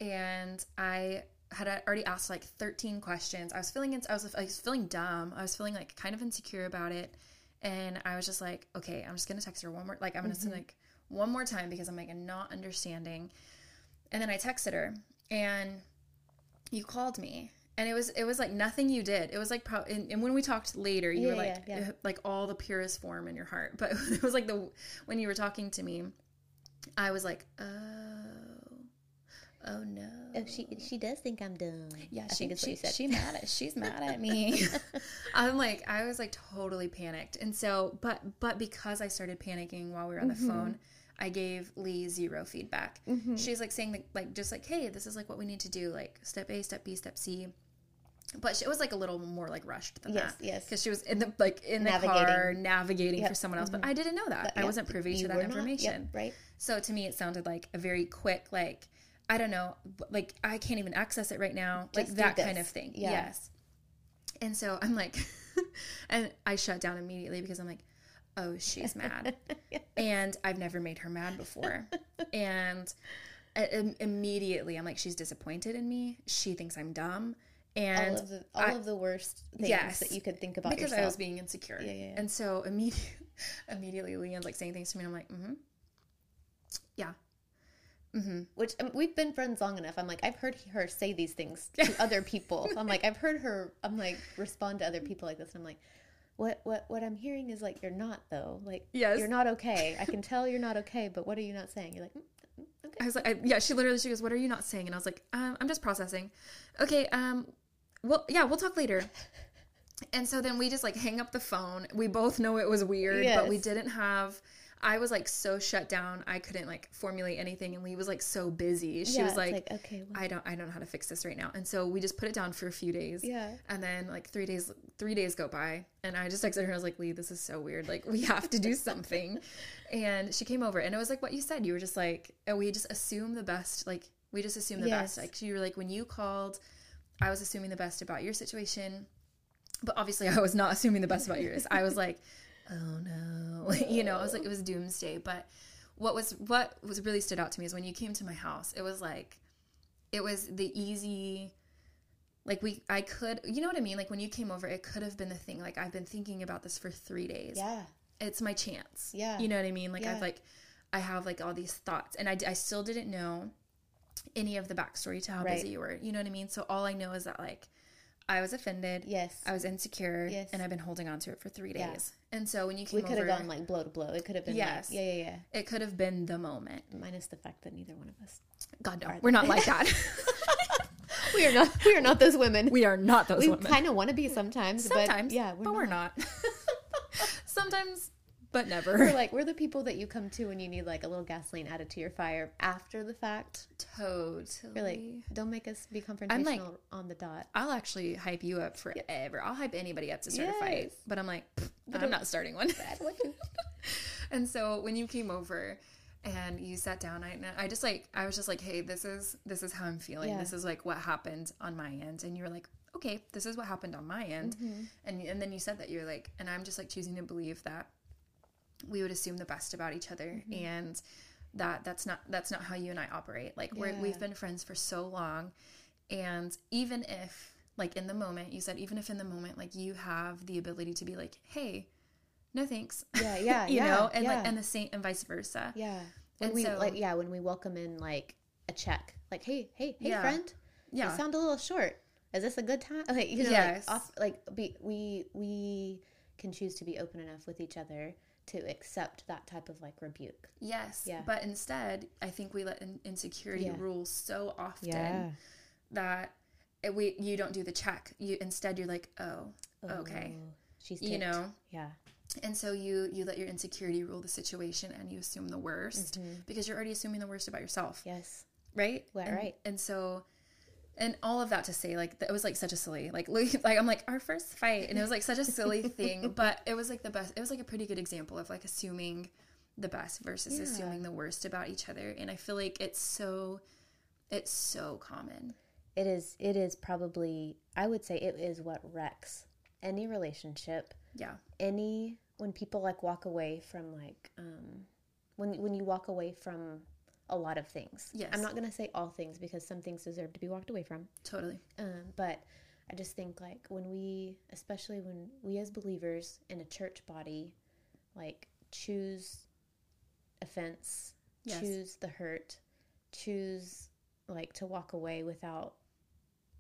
Speaker 2: and I had already asked like thirteen questions. I was feeling ins- I was I was feeling dumb. I was feeling like kind of insecure about it, and I was just like, okay, I'm just gonna text her one more like I'm gonna send like one more time because I'm like not understanding, and then I texted her and you called me and it was it was like nothing you did it was like pro- and, and when we talked later you
Speaker 1: Yeah,
Speaker 2: were like
Speaker 1: yeah, yeah.
Speaker 2: uh, like all the purest form in your heart but it was like the when you were talking to me i was like oh oh no
Speaker 1: oh she she does think i'm dumb
Speaker 2: yeah,
Speaker 1: I
Speaker 2: she,
Speaker 1: think is what
Speaker 2: she,
Speaker 1: you said.
Speaker 2: she mad at she's mad at me. I'm like I was like totally panicked. And so but but because I started panicking while we were on the phone, I gave Lee zero feedback. She's like saying like, like just like, hey, this is like what we need to do, like step A, step B, step C. But she, it was like a little more like rushed than
Speaker 1: Yes,
Speaker 2: that.
Speaker 1: yes.
Speaker 2: Because she was in the like in the
Speaker 1: Navigating.
Speaker 2: car navigating for
Speaker 1: Yep.
Speaker 2: someone else. But I didn't know that. I
Speaker 1: Yeah,
Speaker 2: wasn't privy
Speaker 1: you
Speaker 2: to that
Speaker 1: were not. Yep,
Speaker 2: information.
Speaker 1: right
Speaker 2: So to me, it sounded like a very quick, like, I don't know, like, I can't even access it right now,
Speaker 1: Just
Speaker 2: like
Speaker 1: do
Speaker 2: that
Speaker 1: this.
Speaker 2: kind of thing.
Speaker 1: Yeah.
Speaker 2: Yes. And so I'm like, and I shut down immediately because I'm like, oh, she's mad. and I've never made her mad before. and I- im- immediately I'm like, she's disappointed in me. She thinks I'm dumb. And
Speaker 1: all of the all
Speaker 2: I-
Speaker 1: of the worst things
Speaker 2: Yes.
Speaker 1: that you could think about
Speaker 2: because
Speaker 1: yourself.
Speaker 2: I was being insecure.
Speaker 1: Yeah, yeah, yeah.
Speaker 2: And so immediately, immediately Leanne's like saying things to me. And I'm like, mm-hmm. Yeah. Mm-hmm.
Speaker 1: Which um, we've been friends long enough. I'm like, I've heard her say these things to other people. I'm like, I've heard her. I'm like, respond to other people like this. And I'm like, what what what I'm hearing is like, you're not though. Like,
Speaker 2: Yes.
Speaker 1: you're not okay. I can tell you're not okay. But what are you not saying? You're like, mm, mm,
Speaker 2: I
Speaker 1: okay.
Speaker 2: was like, I, yeah, she literally, she goes, what are you not saying? And I was like, um, I'm just processing. Okay. Um, well, yeah, we'll talk later. And so then we just like hang up the phone. We both know it was weird, but we
Speaker 1: Yes.
Speaker 2: didn't have, I was like so shut down. I couldn't like formulate anything. And Lee was like so busy. She
Speaker 1: Yeah,
Speaker 2: was
Speaker 1: it's
Speaker 2: like,
Speaker 1: okay, well,
Speaker 2: I don't, I don't know how to fix this right now. And so we just put it down for a few days.
Speaker 1: yeah.
Speaker 2: And then like three days, three days go by, and I just texted her. I was like, "Lee, this is so weird. Like, we have to do something." and she came over, and it was like what you said. You were just like, "Oh, we just assume the best. Like, we just assume the best."
Speaker 1: Yes.
Speaker 2: Like, you were like, when you called, I was assuming the best about your situation, but obviously, I was not assuming the best about yours. I was like, "Oh no," you know. I was like, it was doomsday. But what was what was really stood out to me is when you came to my house. It was like, it was the easy like we i could you know what i mean like when you came over it could have been the thing like i've been thinking about this for three days
Speaker 1: Yeah.
Speaker 2: it's my chance
Speaker 1: Yeah.
Speaker 2: you know what i mean like
Speaker 1: Yeah.
Speaker 2: i've like i have like all these thoughts and i, d- I still didn't know any of the backstory to how
Speaker 1: Right.
Speaker 2: busy you were you know what i mean so all i know is that like i was offended
Speaker 1: Yes.
Speaker 2: i was insecure
Speaker 1: Yes.
Speaker 2: and i've been holding on to it for three
Speaker 1: Yeah.
Speaker 2: days and so when you came
Speaker 1: we could
Speaker 2: over
Speaker 1: have gone like blow to blow. It could have been
Speaker 2: Yes.
Speaker 1: like, yeah, yeah,
Speaker 2: it could have been the moment
Speaker 1: yeah. Minus the fact that neither one of us.
Speaker 2: god no
Speaker 1: Are
Speaker 2: we're not like that
Speaker 1: We are not. We are not those women.
Speaker 2: we are not those
Speaker 1: We,
Speaker 2: women
Speaker 1: kind of want to be sometimes.
Speaker 2: sometimes
Speaker 1: but yeah,
Speaker 2: but we're not sometimes but never
Speaker 1: We're like we're the people that you come to when you need like a little gasoline added to your fire after the fact.
Speaker 2: totally
Speaker 1: You're like, don't make us be confrontational
Speaker 2: like-
Speaker 1: on the dot.
Speaker 2: I'll actually hype you up forever. I'll hype anybody up to start a fight,
Speaker 1: Yes.
Speaker 2: but I'm like, "Pfft, I'm not starting one. and so when you came over and you sat down, I I just like I was just like, hey, this is this is how I'm feeling.
Speaker 1: Yeah.
Speaker 2: This is like what happened on my end, and you were like, okay, this is what happened on my end,
Speaker 1: Mm-hmm.
Speaker 2: and and then you said that you're like, and I'm just like choosing to believe that we would assume the best about each other
Speaker 1: Mm-hmm.
Speaker 2: and that that's not that's not how you and I operate. Like we're,
Speaker 1: Yeah.
Speaker 2: we've been friends for so long and even if like in the moment you said even if in the moment like you have the ability to be like, "Hey, no thanks."
Speaker 1: Yeah, yeah,
Speaker 2: you
Speaker 1: yeah,
Speaker 2: know, and
Speaker 1: yeah,
Speaker 2: like and the same and vice versa.
Speaker 1: yeah. When
Speaker 2: and
Speaker 1: we
Speaker 2: so-
Speaker 1: like yeah, when we welcome in like a check, like hey, hey, hey,
Speaker 2: Yeah.
Speaker 1: friend,
Speaker 2: Yeah.
Speaker 1: you sound a little short. Is this a good time? Like you know,
Speaker 2: Yes.
Speaker 1: like, off, like be, we we can choose to be open enough with each other to accept that type of like rebuke.
Speaker 2: yes.
Speaker 1: Yeah.
Speaker 2: But instead, I think we let in- insecurity
Speaker 1: Yeah.
Speaker 2: rule so often that it, we you don't do the check. You instead you're like, "Oh, Okay.
Speaker 1: Oh, She's
Speaker 2: you
Speaker 1: ticked.
Speaker 2: know,
Speaker 1: Yeah.
Speaker 2: and so you you let your insecurity rule the situation and you assume the worst
Speaker 1: Mm-hmm.
Speaker 2: because you're already assuming the worst about yourself
Speaker 1: Yes.
Speaker 2: right
Speaker 1: Well,
Speaker 2: and,
Speaker 1: right.
Speaker 2: and so and all of that to say like that it was like such a silly like like like, i'm like our first fight and it was like such a silly thing but it was like the best it was like a pretty good example of like assuming the best versus
Speaker 1: Yeah.
Speaker 2: assuming the worst about each other and i feel like it's so it's so common
Speaker 1: It is it is probably I would say it is what wrecks any relationship,
Speaker 2: yeah
Speaker 1: any when people like walk away from like um when when you walk away from a lot of things.
Speaker 2: Yes.
Speaker 1: I'm not going to say all things because some things deserve to be walked away from.
Speaker 2: totally
Speaker 1: Um but I just think like when we especially when we as believers in a church body like choose offense
Speaker 2: yes
Speaker 1: choose the hurt choose like to walk away without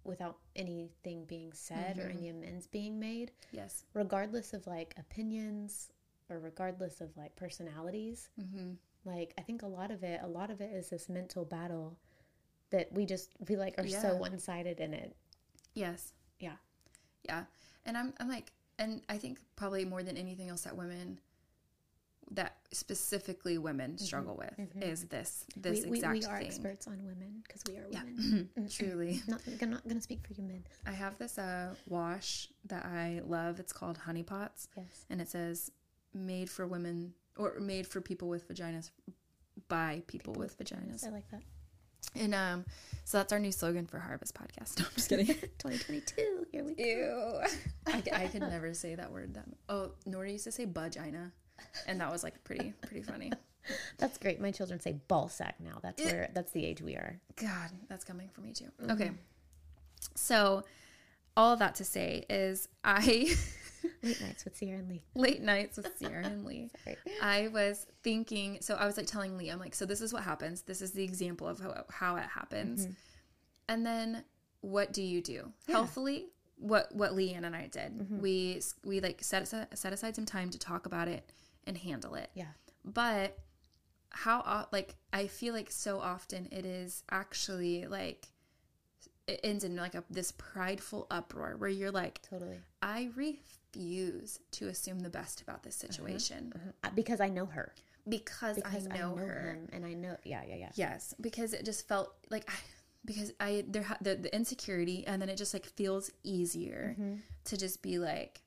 Speaker 1: without anything being said or
Speaker 2: Mhm.
Speaker 1: any amends being made
Speaker 2: yes
Speaker 1: regardless of like opinions or regardless of like personalities
Speaker 2: mm-hmm.
Speaker 1: like i think a lot of it a lot of it is this mental battle that we just we like are so
Speaker 2: Yeah.
Speaker 1: one-sided in it
Speaker 2: Yes.
Speaker 1: Yeah.
Speaker 2: Yeah. And I'm I'm like and I think probably more than anything else that women that specifically women struggle with
Speaker 1: mhm.
Speaker 2: is this this
Speaker 1: we, we,
Speaker 2: exact
Speaker 1: we are
Speaker 2: thing.
Speaker 1: experts on women because we are
Speaker 2: Yeah.
Speaker 1: women Mm-hmm.
Speaker 2: Truly.
Speaker 1: not, i'm not gonna speak for you men
Speaker 2: I have this uh wash that I love. It's called Honey Pots
Speaker 1: yes
Speaker 2: and it says made for women or made for people with vaginas by people, with vaginas.
Speaker 1: i like that
Speaker 2: And um, so that's our new slogan for Harvest Podcast. No, I'm just kidding.
Speaker 1: 2022. Here we go.
Speaker 2: Ew. I, c- I could never say that word. That oh, Nora used to say budgina, and that was like pretty pretty funny.
Speaker 1: That's great. My children say ball sack now. That's where that's the age we are.
Speaker 2: God, Mm-hmm. that's coming from me too. Okay, so all of that to say is I
Speaker 1: Late nights with Sierra and Lee.
Speaker 2: late nights with Sierra and Lee.
Speaker 1: Sorry.
Speaker 2: I was thinking, so I was like telling Lee, I'm like, so this is what happens. This is the example of how, how it happens. And then what do you do healthfully? What what Leanne and I did, we s- we like set asi- set aside some time to talk about it and handle it.
Speaker 1: Yeah.
Speaker 2: But how o- like I feel like so often it is actually like it ends in like a this prideful uproar where you're like,
Speaker 1: Totally.
Speaker 2: I refuse to assume the best about this situation
Speaker 1: Uh, Because I know her.
Speaker 2: Mm. because,
Speaker 1: Because
Speaker 2: I know, her.
Speaker 1: him and I know yeah, yeah, yeah.
Speaker 2: Yes, because it just felt like I, because I there ha- the, the insecurity and then it just like feels easier
Speaker 1: Mm-hmm.
Speaker 2: to just be like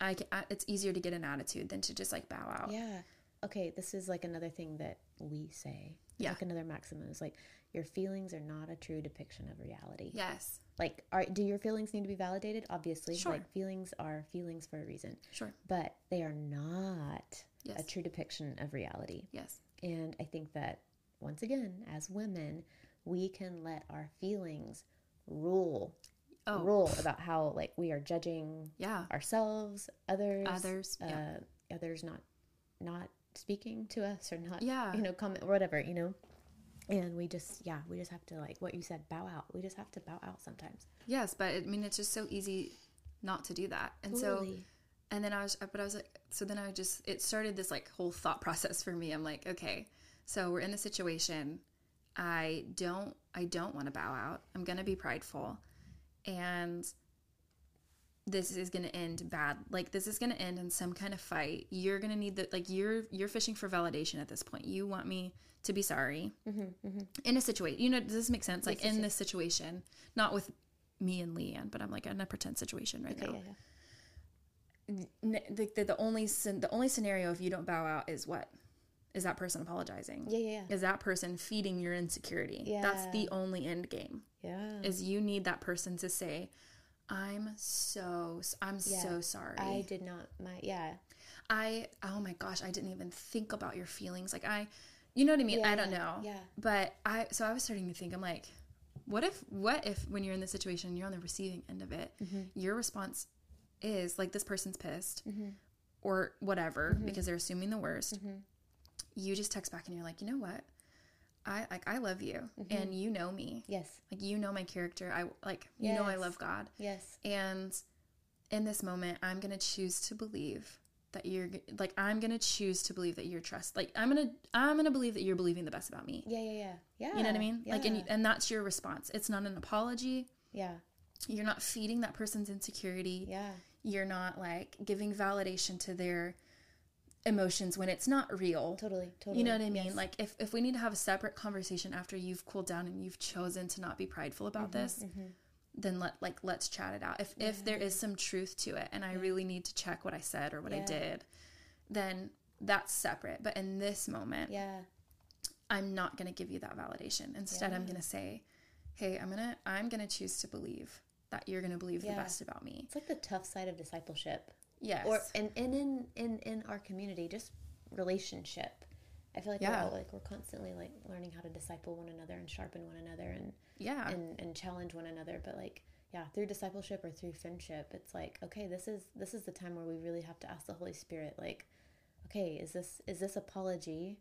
Speaker 2: I, ca- I it's easier to get an attitude than to just like bow out.
Speaker 1: Yeah. Okay, this is like another thing that we say.
Speaker 2: Yeah.
Speaker 1: Like another maxim is like your feelings are not a true depiction of reality.
Speaker 2: Yes.
Speaker 1: Like are do your feelings need to be validated? Obviously.
Speaker 2: Sure.
Speaker 1: Like feelings are feelings for a reason.
Speaker 2: Sure.
Speaker 1: But they are not a
Speaker 2: Yes.
Speaker 1: true depiction of reality.
Speaker 2: Yes.
Speaker 1: And I think that once again, as women, we can let our feelings rule
Speaker 2: Oh.
Speaker 1: rule about how like we are judging
Speaker 2: Yeah.
Speaker 1: ourselves, others,
Speaker 2: Others,
Speaker 1: uh,
Speaker 2: yeah.
Speaker 1: others not not speaking to us or not,
Speaker 2: Yeah.
Speaker 1: you know, comment or whatever, you know. And we just, yeah, we just have to like what you said, bow out. We just have to bow out sometimes.
Speaker 2: Yes, but I mean it's just so easy not to do that. And so and then I was, but I was like, so then I just, it started this like whole thought process for me. I'm like, okay, so we're in the situation. I don't, I don't want to bow out. I'm going to be prideful. And this is going to end bad. Like this is going to end in some kind of fight. You're going to need the, like you're, you're fishing for validation at this point. You want me to be sorry
Speaker 1: Mm-hmm,
Speaker 2: in a situation. You know, does this make sense? Like in this situation, not with me and Leanne, but I'm like in a pretend situation right now
Speaker 1: yeah, yeah.
Speaker 2: n- the, the, the only scen- the only scenario if you don't bow out is what is that person apologizing
Speaker 1: Yeah, yeah, yeah.
Speaker 2: is that person feeding your insecurity that's
Speaker 1: Yeah. Mm-hmm.
Speaker 2: the only end game
Speaker 1: Yeah.
Speaker 2: is you need that person to say i'm so s- i'm so sorry
Speaker 1: I did not my yeah.
Speaker 2: I oh my gosh, I didn't even think about your feelings. Like I you know what I mean? I don't
Speaker 1: Yeah,
Speaker 2: know.
Speaker 1: yeah.
Speaker 2: But I so I was starting to think I'm like what if what if when you're in this situation you're on the receiving end of it
Speaker 1: Mm-hmm.
Speaker 2: your response is like this person's pissed
Speaker 1: Mm-hmm.
Speaker 2: or whatever because they're assuming the worst you just text back and you're like you know what i like i love you
Speaker 1: Mm-hmm.
Speaker 2: and you know me
Speaker 1: Yes.
Speaker 2: like you know my character i like you know i
Speaker 1: Yes.
Speaker 2: love god
Speaker 1: Yes.
Speaker 2: and in this moment, I'm going to choose to believe that you're like I'm going to choose to believe that you're trust. Like I'm going to I'm going to believe that you're believing the best about me.
Speaker 1: Yeah, yeah, yeah. Yeah.
Speaker 2: You know what I mean?
Speaker 1: Yeah.
Speaker 2: Like and, and that's your response. It's not an apology.
Speaker 1: yeah.
Speaker 2: You're not feeding that person's insecurity.
Speaker 1: Yeah.
Speaker 2: You're not like giving validation to their emotions when it's not real.
Speaker 1: Totally. Totally.
Speaker 2: You know what I mean?
Speaker 1: Yes.
Speaker 2: Like if, if we need to have a separate conversation after you've cooled down and you've chosen to not be prideful about
Speaker 1: Mm-hmm,
Speaker 2: this, then let like let's chat it out. If if there is some truth to it and I really need to check what I said or what I
Speaker 1: Yeah.
Speaker 2: did, then that's separate. But in this moment,
Speaker 1: Yeah.
Speaker 2: I'm not going to give you that validation. Instead, I'm going to say, "Hey, I'm going to I'm going to choose to believe that you're going to believe the
Speaker 1: Yeah.
Speaker 2: best about me."
Speaker 1: It's like the tough side of discipleship.
Speaker 2: Yes.
Speaker 1: or and, and in in in our community just relationship i feel like
Speaker 2: Yeah.
Speaker 1: we're all, like we're constantly like learning how to disciple one another and sharpen one another and
Speaker 2: yeah.
Speaker 1: and and challenge one another but like yeah through discipleship or through friendship it's like okay this is this is the time where we really have to ask the holy spirit like okay is this is this apology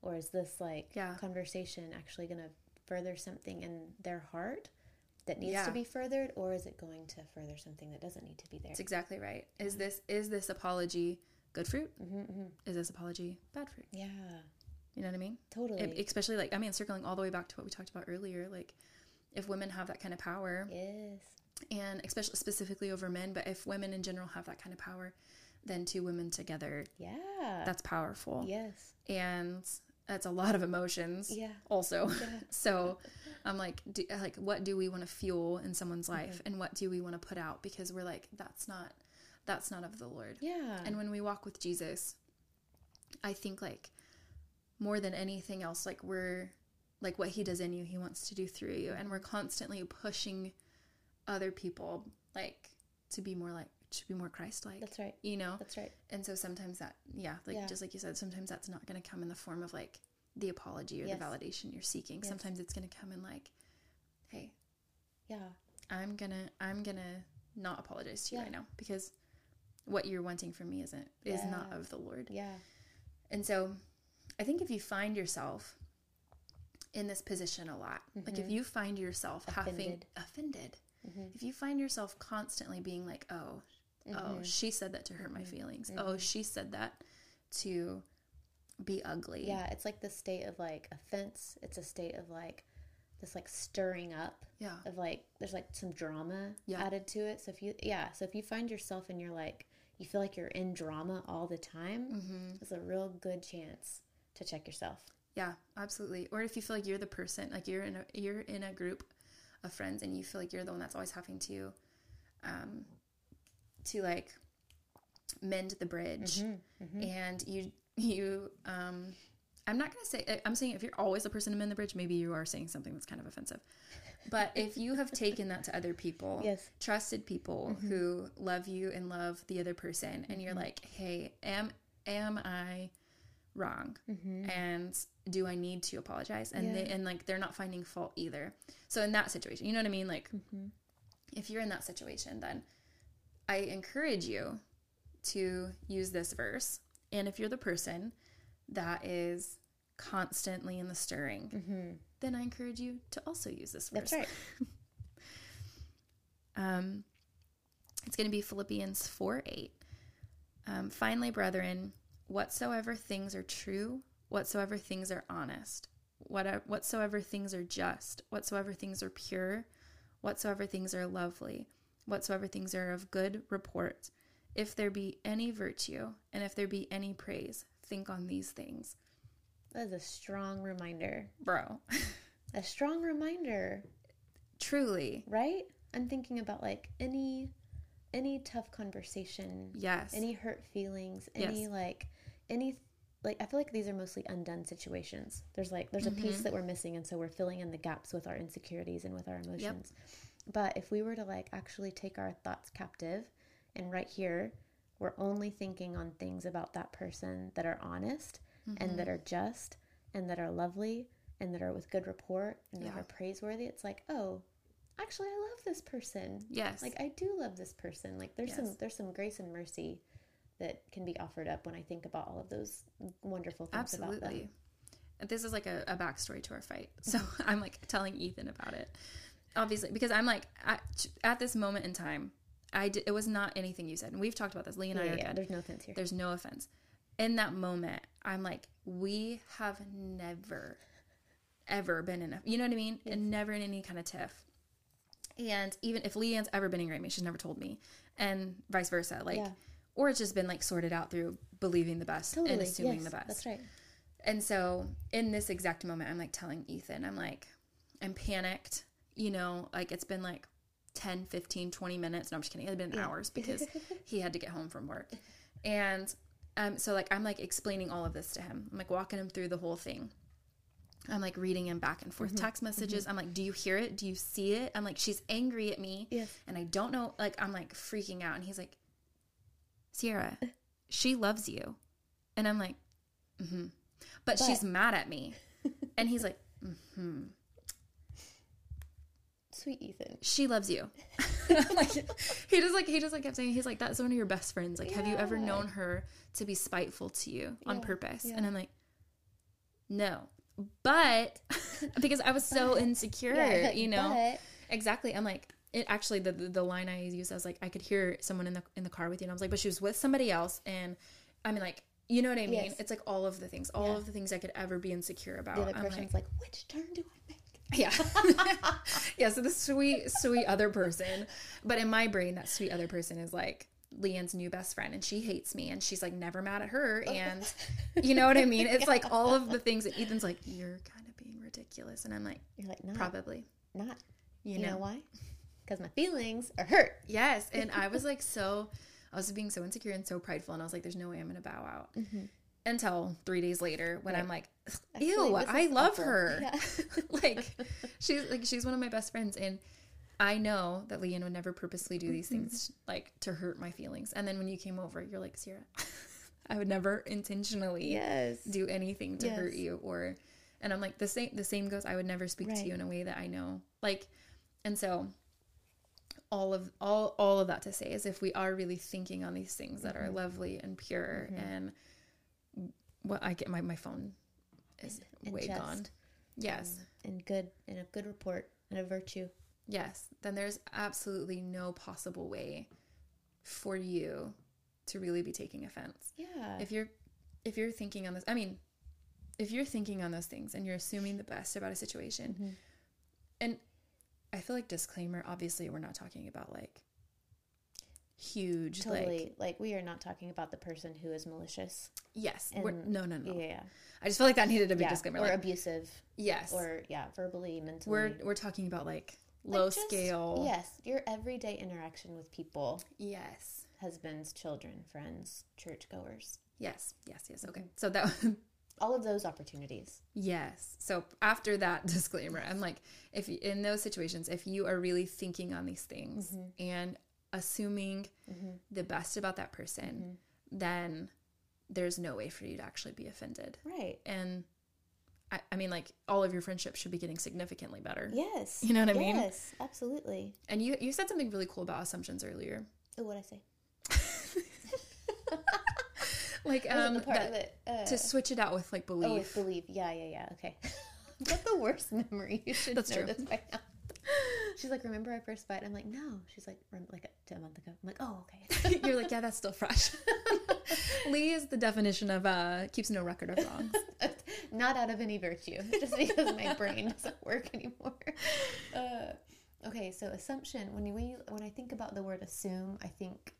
Speaker 1: or is this like
Speaker 2: Yeah.
Speaker 1: conversation actually going to further something in their heart that needs
Speaker 2: Yeah.
Speaker 1: to be furthered or is it going to further something that doesn't need to be there
Speaker 2: That's exactly right.
Speaker 1: Mm-hmm.
Speaker 2: Is this is this apology good fruit? Is this apology bad fruit?
Speaker 1: yeah
Speaker 2: You know what I mean?
Speaker 1: totally
Speaker 2: It- especially like I mean, circling all the way back to what we talked about earlier, like if women have that kind of power,
Speaker 1: Yes.
Speaker 2: and especially specifically over men, but if women in general have that kind of power, then two women together,
Speaker 1: Yeah.
Speaker 2: that's powerful,
Speaker 1: yes.
Speaker 2: and that's a lot of emotions.
Speaker 1: Yeah.
Speaker 2: Also, so I'm like, do, like, what do we want to fuel in someone's
Speaker 1: Mm-hmm.
Speaker 2: life, and what do we want to put out? Because we're like, that's not, that's not of the Lord.
Speaker 1: Yeah.
Speaker 2: And when we walk with Jesus, I think like more than anything else, like we're like what he does in you, he wants to do through you. And we're constantly pushing other people like to be more like to be more Christ like.
Speaker 1: That's right.
Speaker 2: You know?
Speaker 1: That's right.
Speaker 2: And so sometimes that yeah, like
Speaker 1: Yeah.
Speaker 2: just like you said, sometimes that's not gonna come in the form of like the apology or
Speaker 1: Yes.
Speaker 2: the validation you're seeking.
Speaker 1: Yes.
Speaker 2: Sometimes it's gonna come in like, Hey,
Speaker 1: Yeah.
Speaker 2: I'm gonna I'm gonna not apologize to you
Speaker 1: Yeah.
Speaker 2: right now because what you're wanting from me isn't is not
Speaker 1: Yeah.
Speaker 2: of the Lord.
Speaker 1: Yeah.
Speaker 2: And so I think if you find yourself in this position a lot, like if you find yourself having
Speaker 1: Mm-hmm. Offended.
Speaker 2: offended,
Speaker 1: Mhm.
Speaker 2: if you find yourself constantly being like, oh, oh,
Speaker 1: Mhm.
Speaker 2: she said that to hurt my
Speaker 1: Mhm.
Speaker 2: feelings. Oh,
Speaker 1: Mhm.
Speaker 2: she said that to be ugly.
Speaker 1: Yeah, it's like the state of like offense. It's a state of like this like stirring up
Speaker 2: Yeah.
Speaker 1: of like there's like some drama
Speaker 2: Yeah.
Speaker 1: added to it. So if you yeah, so if you find yourself and you're like you feel like you're in drama all the time,
Speaker 2: hmm
Speaker 1: it's a real good chance to check yourself.
Speaker 2: Yeah, absolutely. Or if you feel like you're the person, like you're in a you're in a group of friends and you feel like you're the one that's always having to um to like mend the bridge.
Speaker 1: Mm-hmm,
Speaker 2: and you you um i'm not going to say I- i'm saying if you're always the person to mend the bridge maybe you are saying something that's kind of offensive but if you have taken that to other people
Speaker 1: Yes. Mm-hmm.
Speaker 2: trusted people who love you and love the other person and you're like hey am am i wrong
Speaker 1: Mm-hmm.
Speaker 2: and do i need to apologize and
Speaker 1: Yeah.
Speaker 2: they and like they're not finding fault either so in that situation you know what i mean like
Speaker 1: Mm-hmm.
Speaker 2: if you're in that situation, then I encourage you to use this verse. And if you're the person that is constantly in the stirring,
Speaker 1: Mm-hmm.
Speaker 2: then I encourage you to also use this verse.
Speaker 1: That's right.
Speaker 2: Um, it's going to be Philippians 4 8. Um, Finally, brethren, whatsoever things are true, whatsoever things are honest, what, whatsoever things are just, whatsoever things are pure, whatsoever things are lovely, whatsoever things are of good report, if there be any virtue, and if there be any praise, think on these things.
Speaker 1: That is a strong reminder.
Speaker 2: Bro,
Speaker 1: A strong reminder,
Speaker 2: truly,
Speaker 1: right? I'm thinking about like any any tough conversation
Speaker 2: yes.
Speaker 1: any hurt feelings any
Speaker 2: Yes.
Speaker 1: like any like i feel like these are mostly undone situations there's like there's a
Speaker 2: Mm-hmm.
Speaker 1: piece that we're missing and so we're filling in the gaps with our insecurities and with our emotions but if we were to like actually take our thoughts captive and right here we're only thinking on things about that person that are honest and
Speaker 2: Mm-hmm.
Speaker 1: that are just and that are lovely and that are with good rapport and that
Speaker 2: Yeah.
Speaker 1: are praiseworthy it's like oh actually i love this person
Speaker 2: yes.
Speaker 1: like I do love this person. Like there's some
Speaker 2: Yes.
Speaker 1: there's some grace and mercy that can be offered up when I think about all of those wonderful things about them.
Speaker 2: Absolutely. This is like a, a backstory to our fight. So I'm like telling Ethan about it, obviously, because I'm like, at, at this moment in time, I did, it was not anything you said. And we've talked about this. Lee and
Speaker 1: Yeah,
Speaker 2: I
Speaker 1: yeah,
Speaker 2: are
Speaker 1: yeah,
Speaker 2: good.
Speaker 1: there's no offense here.
Speaker 2: There's no offense. In that moment, I'm like, we have never, ever been in a, you know what I mean? And never in any kind of tiff. And even if Leanne's ever been angry at me, she's never told me, and vice versa. Like,
Speaker 1: Yeah.
Speaker 2: or it's just been like sorted out through believing the best and
Speaker 1: Totally,
Speaker 2: assuming
Speaker 1: yes,
Speaker 2: the best.
Speaker 1: That's right.
Speaker 2: And so in this exact moment, I'm like telling Ethan, I'm like, I'm panicked, you know, like it's been like 10, 15, 20 minutes. No, I'm just kidding. It had been hours because he had to get home from work. And um, so like, I'm like explaining all of this to him. I'm like walking him through the whole thing. I'm like reading him back and forth text messages. I'm like, do you hear it? Do you see it? I'm like, she's angry at me.
Speaker 1: Yes.
Speaker 2: And I don't know, like, I'm like freaking out. And he's like, Sierra, she loves you. And I'm like, mm-hmm. But,
Speaker 1: But-
Speaker 2: she's mad at me. and he's like, mm-hmm.
Speaker 1: Sweet Ethan.
Speaker 2: She loves you. I'm like, he just like he just like kept saying he's like that's one of your best friends. Like, have you ever
Speaker 1: Yeah.
Speaker 2: known her to be spiteful to you on
Speaker 1: Yeah,
Speaker 2: purpose?
Speaker 1: yeah.
Speaker 2: And I'm like, no. But because I was so insecure,
Speaker 1: Yeah, like,
Speaker 2: you know.
Speaker 1: but-
Speaker 2: Exactly. I'm like, it actually the the the line I used I was like, I could hear someone in the in the car with you, and I was like, but she was with somebody else, and I mean, like, you know what I mean?
Speaker 1: Yes.
Speaker 2: It's like all of the things, all
Speaker 1: Yeah.
Speaker 2: of the things I could ever be insecure about.
Speaker 1: the other
Speaker 2: Oh, I'm like,
Speaker 1: person's like, which turn do I make?
Speaker 2: yeah, yeah. So the sweet, sweet other person, but in my brain, that sweet other person is like Leanne's new best friend, and she hates me, and she's like never mad at her,
Speaker 1: Oh.
Speaker 2: and you know what I mean? It's like all of the things that Ethan's like, you're kind of being ridiculous, and I'm like,
Speaker 1: You're like, not,
Speaker 2: probably,
Speaker 1: not.
Speaker 2: you
Speaker 1: Uh-huh. You
Speaker 2: know.
Speaker 1: know why? Because my feelings are hurt.
Speaker 2: Yes. And I was like so I was being so insecure and so prideful and I was like, there's no way I'm gonna bow out. until three days later when
Speaker 1: Mm-hmm. Right.
Speaker 2: I'm like,
Speaker 1: Actually,
Speaker 2: ew,
Speaker 1: this is
Speaker 2: I love
Speaker 1: awful.
Speaker 2: her.
Speaker 1: Yeah.
Speaker 2: like she's like she's one of my best friends and I know that Leanne would never purposely do these
Speaker 1: Mm-hmm.
Speaker 2: things like to hurt my feelings. And then when you came over, you're like, Sierra, I would never intentionally
Speaker 1: yes.
Speaker 2: do anything to hurt
Speaker 1: Yes.
Speaker 2: you or and I'm like the same the same goes I would never speak to
Speaker 1: Right.
Speaker 2: you in a way that I know like and so all of all all of that to say is if we are really thinking on these things that are
Speaker 1: Mm-hmm.
Speaker 2: lovely and pure
Speaker 1: Mhm.
Speaker 2: and what I get my my phone is
Speaker 1: And
Speaker 2: way
Speaker 1: just,
Speaker 2: gone. Yes.
Speaker 1: um, and good and a good report and a virtue.
Speaker 2: Yes, then there's absolutely no possible way for you to really be taking offense.
Speaker 1: Yeah.
Speaker 2: If you're if you're thinking on this, I mean, if you're thinking on those things and you're assuming the best about a situation,
Speaker 1: Mhm.
Speaker 2: and I feel like disclaimer, obviously we're not talking about like huge
Speaker 1: totally.
Speaker 2: like
Speaker 1: Like, we are not talking about the person who is malicious.
Speaker 2: yes, we're,
Speaker 1: And-
Speaker 2: no no no.
Speaker 1: Yeah. yeah.
Speaker 2: I just feel like that needed to be
Speaker 1: yeah.
Speaker 2: disclaimer.
Speaker 1: or
Speaker 2: like,
Speaker 1: abusive.
Speaker 2: yes,
Speaker 1: Or yeah, verbally, mentally.
Speaker 2: we're we're talking about like
Speaker 1: Like,
Speaker 2: low
Speaker 1: just-
Speaker 2: scale.
Speaker 1: Yes, your everyday interaction with people,
Speaker 2: Yes.
Speaker 1: husbands, children, friends, churchgoers,
Speaker 2: Yes. Yes. Yes. Okay. So that
Speaker 1: all of those opportunities.
Speaker 2: Yes. So after that disclaimer, I'm like, if you, in those situations, if you are really thinking on these things
Speaker 1: Mhm.
Speaker 2: and assuming
Speaker 1: Mhm.
Speaker 2: the best about that person,
Speaker 1: Mm-hmm.
Speaker 2: then there's no way for you to actually be offended.
Speaker 1: Right.
Speaker 2: And I, I mean, like all of your friendships should be getting significantly better.
Speaker 1: Yes.
Speaker 2: You know what I mean?
Speaker 1: Yes, absolutely.
Speaker 2: And you, you said something really cool about assumptions earlier.
Speaker 1: Oh, what I say?
Speaker 2: Like,
Speaker 1: Wasn't
Speaker 2: um,
Speaker 1: Oh, the part
Speaker 2: that-
Speaker 1: that, uh,
Speaker 2: to switch it out with like belief.
Speaker 1: oh, it's believe. Yeah, yeah, yeah. Okay. That's the worst memory. You should
Speaker 2: That's
Speaker 1: know
Speaker 2: true.
Speaker 1: this by now. She's like, remember our first fight? I'm like, no. She's like, rem- like a, a month ago. I'm like, oh, okay.
Speaker 2: You're like, yeah, that's still fresh. Lee is the definition of uh, keeps no record of wrongs.
Speaker 1: Not out of any virtue, just because my brain doesn't work anymore. Uh, okay, so assumption. When you, when you when I think about the word assume, I think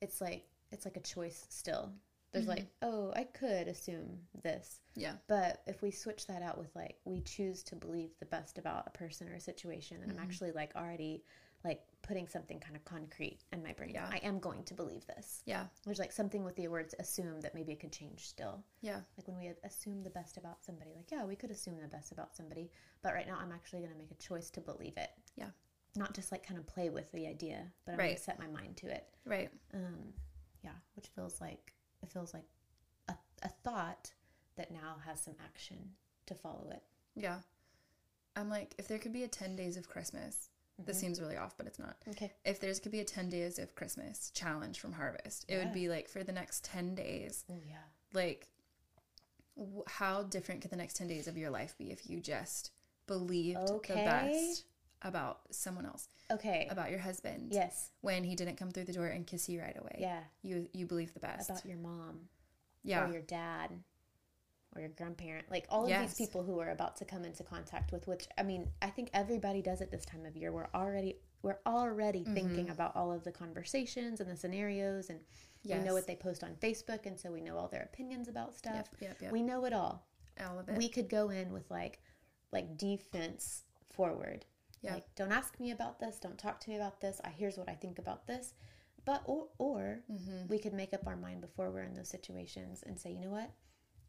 Speaker 1: it's like it's like a choice still. There's like, oh, I could assume this,
Speaker 2: Yeah.
Speaker 1: But if we switch that out with like we choose to believe the best about a person or a situation, and I'm actually like already like putting something kind of concrete in my brain.
Speaker 2: Yeah.
Speaker 1: I am going to believe this.
Speaker 2: Yeah.
Speaker 1: There's like something with the words assume that maybe it could change still.
Speaker 2: Yeah.
Speaker 1: Like when we assume the best about somebody, like yeah, we could assume the best about somebody, but right now I'm actually going to make a choice to believe it.
Speaker 2: Yeah.
Speaker 1: Not just like kind of play with the idea, but I'm going
Speaker 2: Right.
Speaker 1: to set my mind to it.
Speaker 2: Right.
Speaker 1: Um, yeah, which feels like it feels like a, a thought that now has some action to follow it.
Speaker 2: Yeah. I'm like, if there could be a 10 days of Christmas,
Speaker 1: Mm-hmm.
Speaker 2: this seems really off, but it's not.
Speaker 1: Okay.
Speaker 2: If there's could be a 10 days of Christmas challenge from Harvest, it
Speaker 1: Yeah.
Speaker 2: would be like for the next 10 days,
Speaker 1: Oh yeah.
Speaker 2: like, w- how different could the next 10 days of your life be if you just believed the
Speaker 1: Okay.
Speaker 2: best about someone else,
Speaker 1: Okay.
Speaker 2: about your husband,
Speaker 1: yes.
Speaker 2: when he didn't come through the door and kiss you right away?
Speaker 1: Yeah.
Speaker 2: You, you believe the best.
Speaker 1: About your mom
Speaker 2: yeah.
Speaker 1: or your dad or your grandparent, like all of
Speaker 2: Yes.
Speaker 1: these people who are about to come into contact with. Which I mean, I think everybody does it this time of year. We're already we're already
Speaker 2: Mm-hmm.
Speaker 1: thinking about all of the conversations and the scenarios, and we
Speaker 2: Yes.
Speaker 1: know what they post on Facebook, and so we know all their opinions about stuff.
Speaker 2: Yep, yep, yep.
Speaker 1: We know it all.
Speaker 2: All of it.
Speaker 1: we could go in with like like defense forward
Speaker 2: Yeah.
Speaker 1: like don't ask me about this don't talk to me about this i here's what i think about this but or or
Speaker 2: Mm-hmm.
Speaker 1: we could make up our mind before we're in those situations and say you know what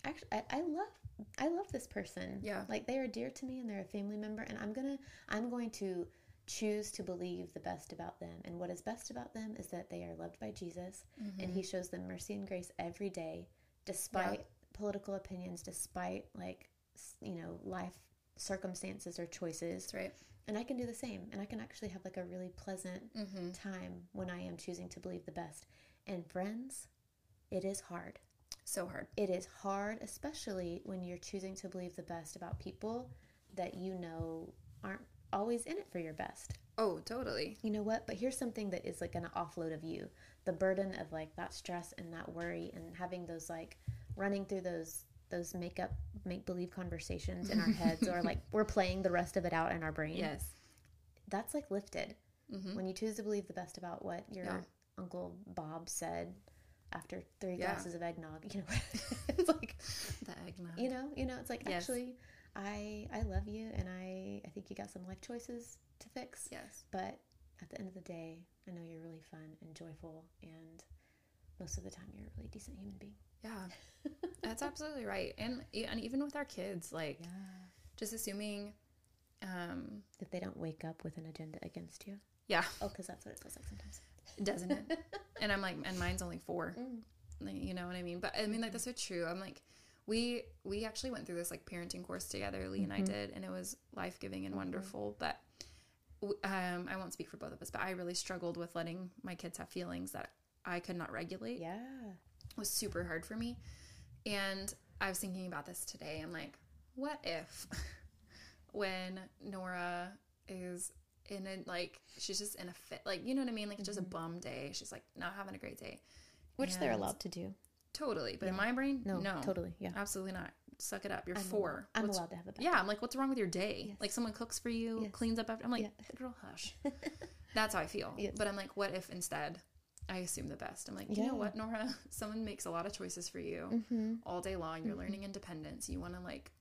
Speaker 1: actually I, I love i love this person
Speaker 2: Yeah.
Speaker 1: like they are dear to me and they're a family member and i'm gonna i'm going to choose to believe the best about them and what is best about them is that they are loved by jesus
Speaker 2: Mm-hmm.
Speaker 1: and he shows them mercy and grace every day despite political opinions despite like s- you know life circumstances or choices
Speaker 2: That's right.
Speaker 1: and i can do the same and i can actually have like a really pleasant
Speaker 2: Mm-hmm.
Speaker 1: time when i am choosing to believe the best and friends it is hard
Speaker 2: So hard.
Speaker 1: it is hard especially when you're choosing to believe the best about people that you know aren't always in it for your best
Speaker 2: Oh, totally.
Speaker 1: you know what but here's something that is like going to offload of you the burden of like that stress and that worry and having those like running through those those make up make believe conversations in our heads or like we're playing the rest of it out in our brain
Speaker 2: Yes.
Speaker 1: that's like lifted
Speaker 2: Mm-hmm.
Speaker 1: when you choose to believe the best about what your
Speaker 2: Yeah.
Speaker 1: uncle bob said after three
Speaker 2: Yeah.
Speaker 1: glasses of eggnog you know it's like
Speaker 2: The eggnog.
Speaker 1: you know you know it's like
Speaker 2: Yes.
Speaker 1: actually i i love you and i i think you got some life choices to fix
Speaker 2: Yes.
Speaker 1: But at the end of the day, I know you're really fun and joyful, and most of the time, you're a really decent human being.
Speaker 2: Yeah, that's absolutely right. And e- and even with our kids, like
Speaker 1: Yeah.
Speaker 2: just assuming, um,
Speaker 1: That they don't wake up with an agenda against you.
Speaker 2: yeah,
Speaker 1: Oh, because that's what it feels like sometimes.
Speaker 2: doesn't it? and I'm like, and mine's only four.
Speaker 1: Mm.
Speaker 2: Like, you know what I mean? But I mean, like that's so true. I'm like, we we actually went through this like parenting course together. Lee and I
Speaker 1: Mhm.
Speaker 2: did, and it was life giving and
Speaker 1: Mhm.
Speaker 2: wonderful. But w- um, I won't speak for both of us, but I really struggled with letting my kids have feelings that I could not regulate.
Speaker 1: Yeah.
Speaker 2: was super hard for me. And I was thinking about this today. I'm like, what if when Nora is in a like she's just in a fit like you know what I mean? Like it's just a
Speaker 1: Mhm.
Speaker 2: bum day. She's like not having a great day.
Speaker 1: Which they're
Speaker 2: And-
Speaker 1: allowed to do.
Speaker 2: Totally. But in
Speaker 1: Yeah.
Speaker 2: my brain,
Speaker 1: No,
Speaker 2: no.
Speaker 1: totally. Yeah.
Speaker 2: Absolutely not. Suck it up. You're
Speaker 1: I'm
Speaker 2: four.
Speaker 1: I'm
Speaker 2: What's-
Speaker 1: allowed to have a bad
Speaker 2: yeah, I'm like, what's wrong with your day?
Speaker 1: Yes.
Speaker 2: Like someone cooks for you,
Speaker 1: Yes.
Speaker 2: cleans up after I'm like,
Speaker 1: Yeah.
Speaker 2: girl, hush. That's how I feel.
Speaker 1: Yes.
Speaker 2: But I'm like, what if instead I assume the best? I'm like, you
Speaker 1: Yeah.
Speaker 2: know what, Nora? Someone makes a lot of choices for you
Speaker 1: Mm-hmm.
Speaker 2: all day long. You're
Speaker 1: Mhm.
Speaker 2: learning independence. You want to like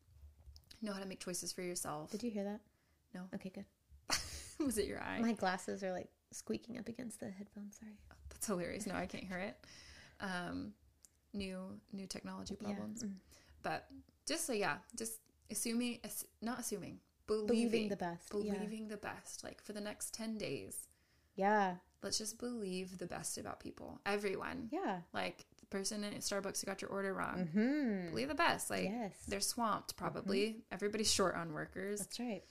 Speaker 2: know how to make choices for yourself.
Speaker 1: Did you hear that?
Speaker 2: No.
Speaker 1: Okay, good.
Speaker 2: Was it your eye?
Speaker 1: My glasses are like squeaking up against the headphones. Sorry.
Speaker 2: That's hilarious. No, I can't hear it. Um, new new technology problems.
Speaker 1: Yeah. Mm.
Speaker 2: But just so yeah, just assuming, ass- not assuming, believing,
Speaker 1: Believing the best.
Speaker 2: believing the best. Like for the next ten days,
Speaker 1: Yeah.
Speaker 2: let's just believe the best about people. Everyone.
Speaker 1: Yeah.
Speaker 2: Like the person at Starbucks who got your order
Speaker 1: yeah.
Speaker 2: wrong.
Speaker 1: Mm-hmm.
Speaker 2: Um, Believe the best. Like
Speaker 1: yes. Mm-hmm.
Speaker 2: they're swamped probably. Everybody's short on workers.
Speaker 1: That's right.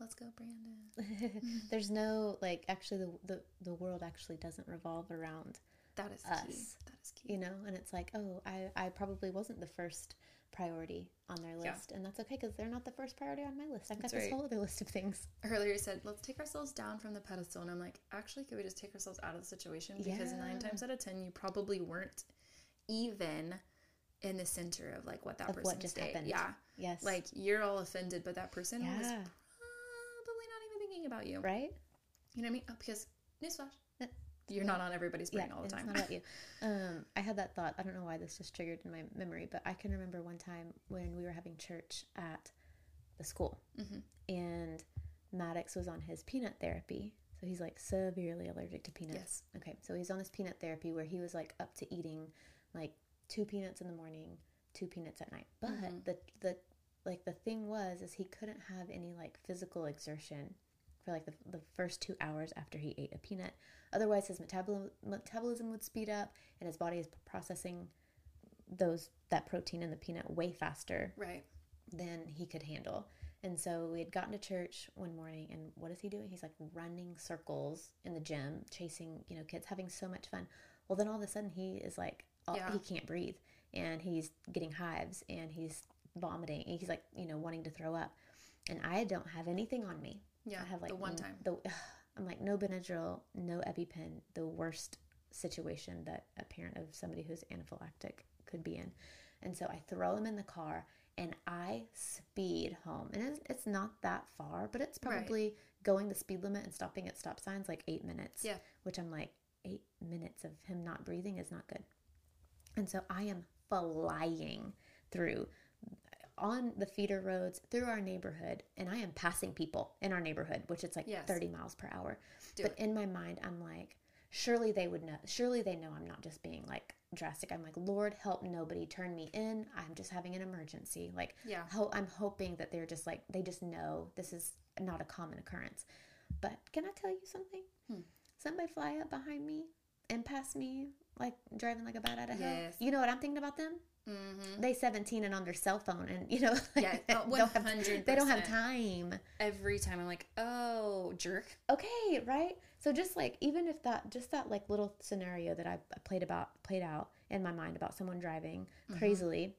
Speaker 2: Let's go, Brandon.
Speaker 1: There's no like actually the, the the world actually doesn't revolve around
Speaker 2: That is key.
Speaker 1: us,
Speaker 2: That is key.
Speaker 1: you know, and it's like oh I I probably wasn't the first priority on their
Speaker 2: Yeah.
Speaker 1: list, and that's okay because they're not the first priority on my list. I've got
Speaker 2: That's
Speaker 1: this
Speaker 2: right.
Speaker 1: whole other list of things.
Speaker 2: Earlier you said, let's take ourselves down from the pedestal. And I'm like, actually, could we just take ourselves out of the situation? Because nine
Speaker 1: Yeah.
Speaker 2: times out of 10, you probably weren't even in the center of like what that
Speaker 1: Of what
Speaker 2: person
Speaker 1: just happened.
Speaker 2: Yeah.
Speaker 1: Yes,
Speaker 2: Like you're all offended, but that person
Speaker 1: yeah,
Speaker 2: was probably not even thinking about you.
Speaker 1: right.
Speaker 2: You know what I mean? Oh, because newsflash,
Speaker 1: Uh,
Speaker 2: you're not on everybody's brain all the
Speaker 1: and
Speaker 2: time.
Speaker 1: It's not about you. Um, I had that thought. I don't know why this just triggered in my memory, but I can remember one time when we were having church at the school,
Speaker 2: Mhm.
Speaker 1: and Maddox was on his peanut therapy. So he's like severely allergic to peanuts.
Speaker 2: Yes.
Speaker 1: Okay, so he's on this peanut therapy where he was like up to eating like two peanuts in the morning, two peanuts at night. But
Speaker 2: Mhm.
Speaker 1: the the like the thing was is he couldn't have any like physical exertion for like the, the first two hours after he ate a peanut. Otherwise, his metabol- metabolism would speed up, and his body is processing those that protein in the peanut way faster
Speaker 2: Right.
Speaker 1: than he could handle. And so we had gotten to church one morning, and what is he doing? He's like running circles in the gym, chasing you know kids, having so much fun. Well, then all of a sudden he is like all,
Speaker 2: Yeah.
Speaker 1: he can't breathe, and he's getting hives, and he's vomiting, and he's like you know wanting to throw up. And I don't have anything on me.
Speaker 2: Yeah.
Speaker 1: I have like
Speaker 2: the one
Speaker 1: n-
Speaker 2: time.
Speaker 1: The, I'm like no Benadryl, no EpiPen. The worst situation that a parent of somebody who's anaphylactic could be in. And so I throw him in the car and I speed home. And it's, it's not that far, but it's
Speaker 2: Right.
Speaker 1: probably going the speed limit and stopping at stop signs like eight minutes.
Speaker 2: Yeah.
Speaker 1: Which I'm like, eight minutes of him not breathing is not good. And so I am flying through on the feeder roads through our neighborhood and I am passing people in our neighborhood, which it's like
Speaker 2: Yes.
Speaker 1: 30 miles per hour.
Speaker 2: Do
Speaker 1: but in my mind, I'm like, surely they would know, surely they know I'm not just being like drastic. I'm like, Lord, help nobody turn me in. I'm just having an emergency. Like,
Speaker 2: yeah.
Speaker 1: ho- I'm hoping that they're just like, they just know this is not a common occurrence. But can I tell you something?
Speaker 2: Hmm.
Speaker 1: Somebody fly up behind me and pass me, like driving like a bat out of hell.
Speaker 2: Yes.
Speaker 1: You know what I'm thinking about them?
Speaker 2: Mm-hmm.
Speaker 1: they 17 and on their cell phone and you know like,
Speaker 2: Yeah. oh,
Speaker 1: they,
Speaker 2: One
Speaker 1: don't have,
Speaker 2: hundred.
Speaker 1: they don't have time
Speaker 2: Every time I'm like, oh, jerk.
Speaker 1: okay right so just like even if that just that like little scenario that i played about played out in my mind about someone driving
Speaker 2: Mhm.
Speaker 1: crazily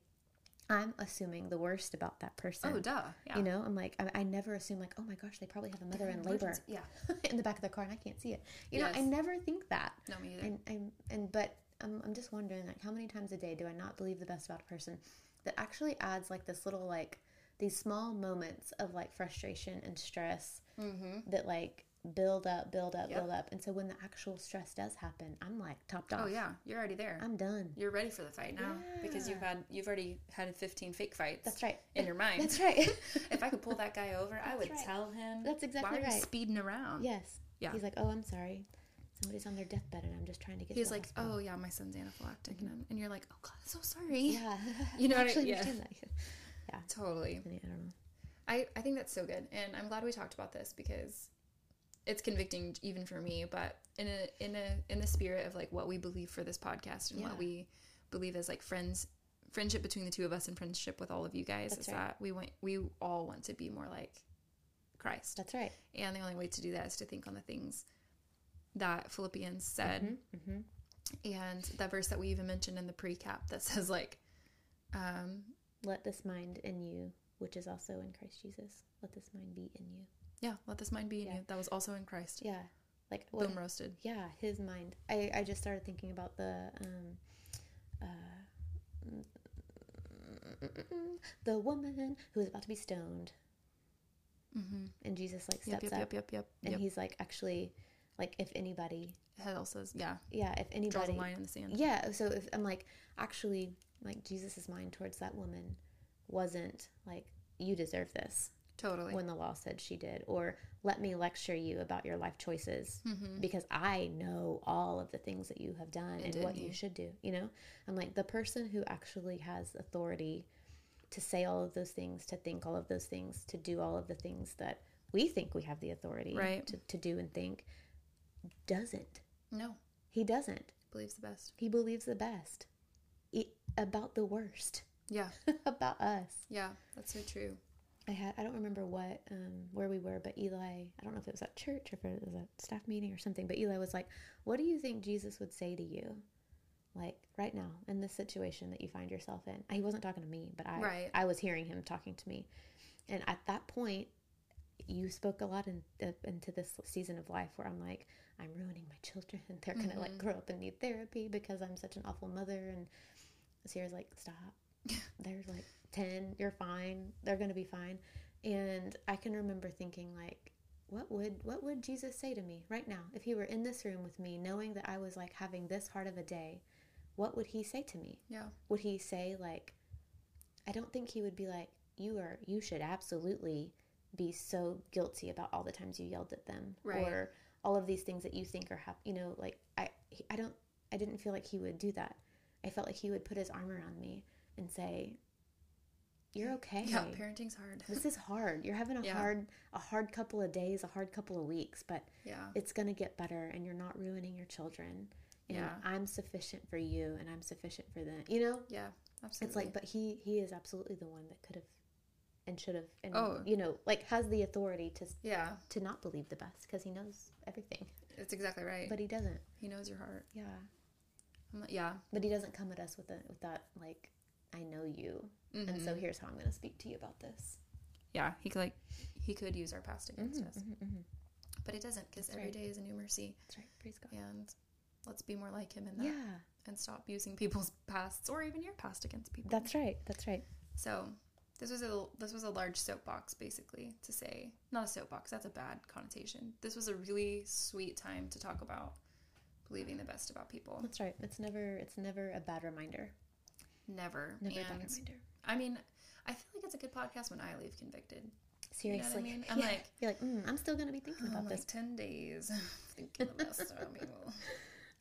Speaker 1: i'm assuming the worst about that person
Speaker 2: Oh, duh. Yeah.
Speaker 1: you know i'm like I, I never assume like oh my gosh they probably have a mother in labor
Speaker 2: Emergency- Yeah.
Speaker 1: in the back of their car and i can't see it you know i
Speaker 2: Yes.
Speaker 1: never think that
Speaker 2: No, me either.
Speaker 1: and I'm and but I'm, I'm just wondering like how many times a day do I not believe the best about a person that actually adds like this little like these small moments of like frustration and stress
Speaker 2: Mm-hmm.
Speaker 1: that like build up build up
Speaker 2: Yep.
Speaker 1: build up and so when the actual stress does happen I'm like topped off
Speaker 2: Oh yeah, you're already there.
Speaker 1: I'm done
Speaker 2: You're ready for the fight now because you've
Speaker 1: Yeah.
Speaker 2: had you've already had 15 fake fights
Speaker 1: that's right
Speaker 2: in your mind.
Speaker 1: that's right
Speaker 2: if I could pull that guy over, I
Speaker 1: That's
Speaker 2: would
Speaker 1: right.
Speaker 2: tell him.
Speaker 1: that's
Speaker 2: Why
Speaker 1: exactly
Speaker 2: are you
Speaker 1: right
Speaker 2: speeding around?
Speaker 1: yes
Speaker 2: Yeah.
Speaker 1: he's like oh I'm sorry somebody's on their deathbed and I'm just trying to get.
Speaker 2: He's
Speaker 1: to the
Speaker 2: like,
Speaker 1: hospital.
Speaker 2: oh yeah, my son's anaphylactic, and,
Speaker 1: Mhm.
Speaker 2: I'm, and you're like, oh god, so sorry.
Speaker 1: yeah,
Speaker 2: You know
Speaker 1: I
Speaker 2: what I-
Speaker 1: actually
Speaker 2: yeah.
Speaker 1: understand that.
Speaker 2: Totally.
Speaker 1: Yeah, I don't know.
Speaker 2: I, I think that's so good. And I'm glad we talked about this because it's convicting even for me, but in a in a in the spirit of like what we believe for this podcast and
Speaker 1: Yeah.
Speaker 2: what we believe as like friends friendship between the two of us and friendship with all of you guys
Speaker 1: That's
Speaker 2: is
Speaker 1: right.
Speaker 2: that we want we all want to be more like Christ.
Speaker 1: That's right.
Speaker 2: And the only way to do that is to think on the things that Philippians said
Speaker 1: hmm
Speaker 2: and that verse that we even mentioned in the pre-cap that says like um
Speaker 1: Let this mind in you, which is also in Christ Jesus. Let this mind be in you.
Speaker 2: yeah, let this mind be in
Speaker 1: Yeah.
Speaker 2: you. That was also in Christ.
Speaker 1: Yeah, like what?
Speaker 2: Boom roasted.
Speaker 1: Yeah, his mind. I I just started thinking about the um, uh, the woman who is about to be stoned,
Speaker 2: Mm-hmm.
Speaker 1: and Jesus like
Speaker 2: Yep,
Speaker 1: steps
Speaker 2: yep,
Speaker 1: up,
Speaker 2: yep, yep, yep,
Speaker 1: and
Speaker 2: yep.
Speaker 1: he's like, actually, like if anybody,
Speaker 2: Hell says, yeah,
Speaker 1: yeah, if
Speaker 2: draws
Speaker 1: anybody,
Speaker 2: a line in the sand.
Speaker 1: yeah. So if I'm like, actually, like Jesus's mind towards that woman wasn't like you deserve this
Speaker 2: Totally.
Speaker 1: when the law said she did, or let me lecture you about your life choices
Speaker 2: mm-hmm.
Speaker 1: because I know all of the things that you have done and,
Speaker 2: And
Speaker 1: what
Speaker 2: didn't
Speaker 1: you
Speaker 2: you?
Speaker 1: should do. You know, I'm like the person who actually has authority to say all of those things, to think all of those things, to do all of the things that we think we have the authority
Speaker 2: Right.
Speaker 1: to, to do and think doesn't.
Speaker 2: No,
Speaker 1: He doesn't.
Speaker 2: believes the best.
Speaker 1: He believes the best i about the worst,
Speaker 2: Yeah,
Speaker 1: about us.
Speaker 2: yeah, that's so true.
Speaker 1: I had I don't remember what um, where we were, but Eli I don't know if it was at church or if it was a staff meeting or something, but Eli was like, "What do you think Jesus would say to you, like right now in this situation that you find yourself in?" He wasn't talking to me, but I
Speaker 2: Right.
Speaker 1: I was hearing him talking to me, and at that point, you spoke a lot in, into this season of life where I'm like, I'm ruining my children. They're gonna like
Speaker 2: Mhm.
Speaker 1: grow up and need therapy because I'm such an awful mother. And Sierra's like, stop. They're like ten. You're fine. They're gonna be fine. And I can remember thinking like, what would what would Jesus say to me right now if he were in this room with me, knowing that I was like having this hard of a day? What would he say to me?
Speaker 2: Yeah,
Speaker 1: would he say like i don't think he would be like you are you should absolutely be so guilty about all the times you yelled at them
Speaker 2: Right.
Speaker 1: or all of these things that you think are hap- you know like i he- i don't i didn't feel like he would do that i felt like he would put his arm around me and say you're okay
Speaker 2: yeah. Parenting's hard.
Speaker 1: this is hard you're having a
Speaker 2: Yeah.
Speaker 1: hard a hard couple of days a hard couple of weeks but
Speaker 2: Yeah,
Speaker 1: it's going to get better and you're not ruining your children and
Speaker 2: Yeah.
Speaker 1: i'm sufficient for you and i'm sufficient for them you know
Speaker 2: yeah, absolutely.
Speaker 1: it's like, but he he is absolutely the one that could have and should have and
Speaker 2: Oh.
Speaker 1: you know like has the authority to
Speaker 2: yeah,
Speaker 1: to not believe the best because he knows everything,
Speaker 2: it's exactly right.
Speaker 1: but he doesn't.
Speaker 2: he knows your heart.
Speaker 1: Yeah,
Speaker 2: I'm like, yeah,
Speaker 1: but he doesn't come at us with a, with that like I know you, and so
Speaker 2: mhm.
Speaker 1: here's how I'm going to speak to you about this.
Speaker 2: yeah, he could like he could use our past against us, but he doesn't because
Speaker 1: Mm-hmm. That's
Speaker 2: every
Speaker 1: right.
Speaker 2: day is a new mercy,
Speaker 1: That's right. Praise God.
Speaker 2: and let's be more like him in that,
Speaker 1: Yeah,
Speaker 2: and stop using people's pasts or even your past against people.
Speaker 1: that's right. That's right.
Speaker 2: So this was a this was a large soapbox basically to say not a soapbox that's a bad connotation. This was a really sweet time to talk about believing the best about people.
Speaker 1: That's right. It's never it's never a bad reminder.
Speaker 2: Never.
Speaker 1: Never a
Speaker 2: and
Speaker 1: bad reminder.
Speaker 2: I mean, I feel like it's a good podcast when I leave convicted. You know what I
Speaker 1: Seriously,
Speaker 2: mean? I'm
Speaker 1: Yeah.
Speaker 2: like
Speaker 1: you're like mm, I'm still going to be thinking
Speaker 2: oh,
Speaker 1: about
Speaker 2: like
Speaker 1: this.
Speaker 2: ten days thinking the best about people.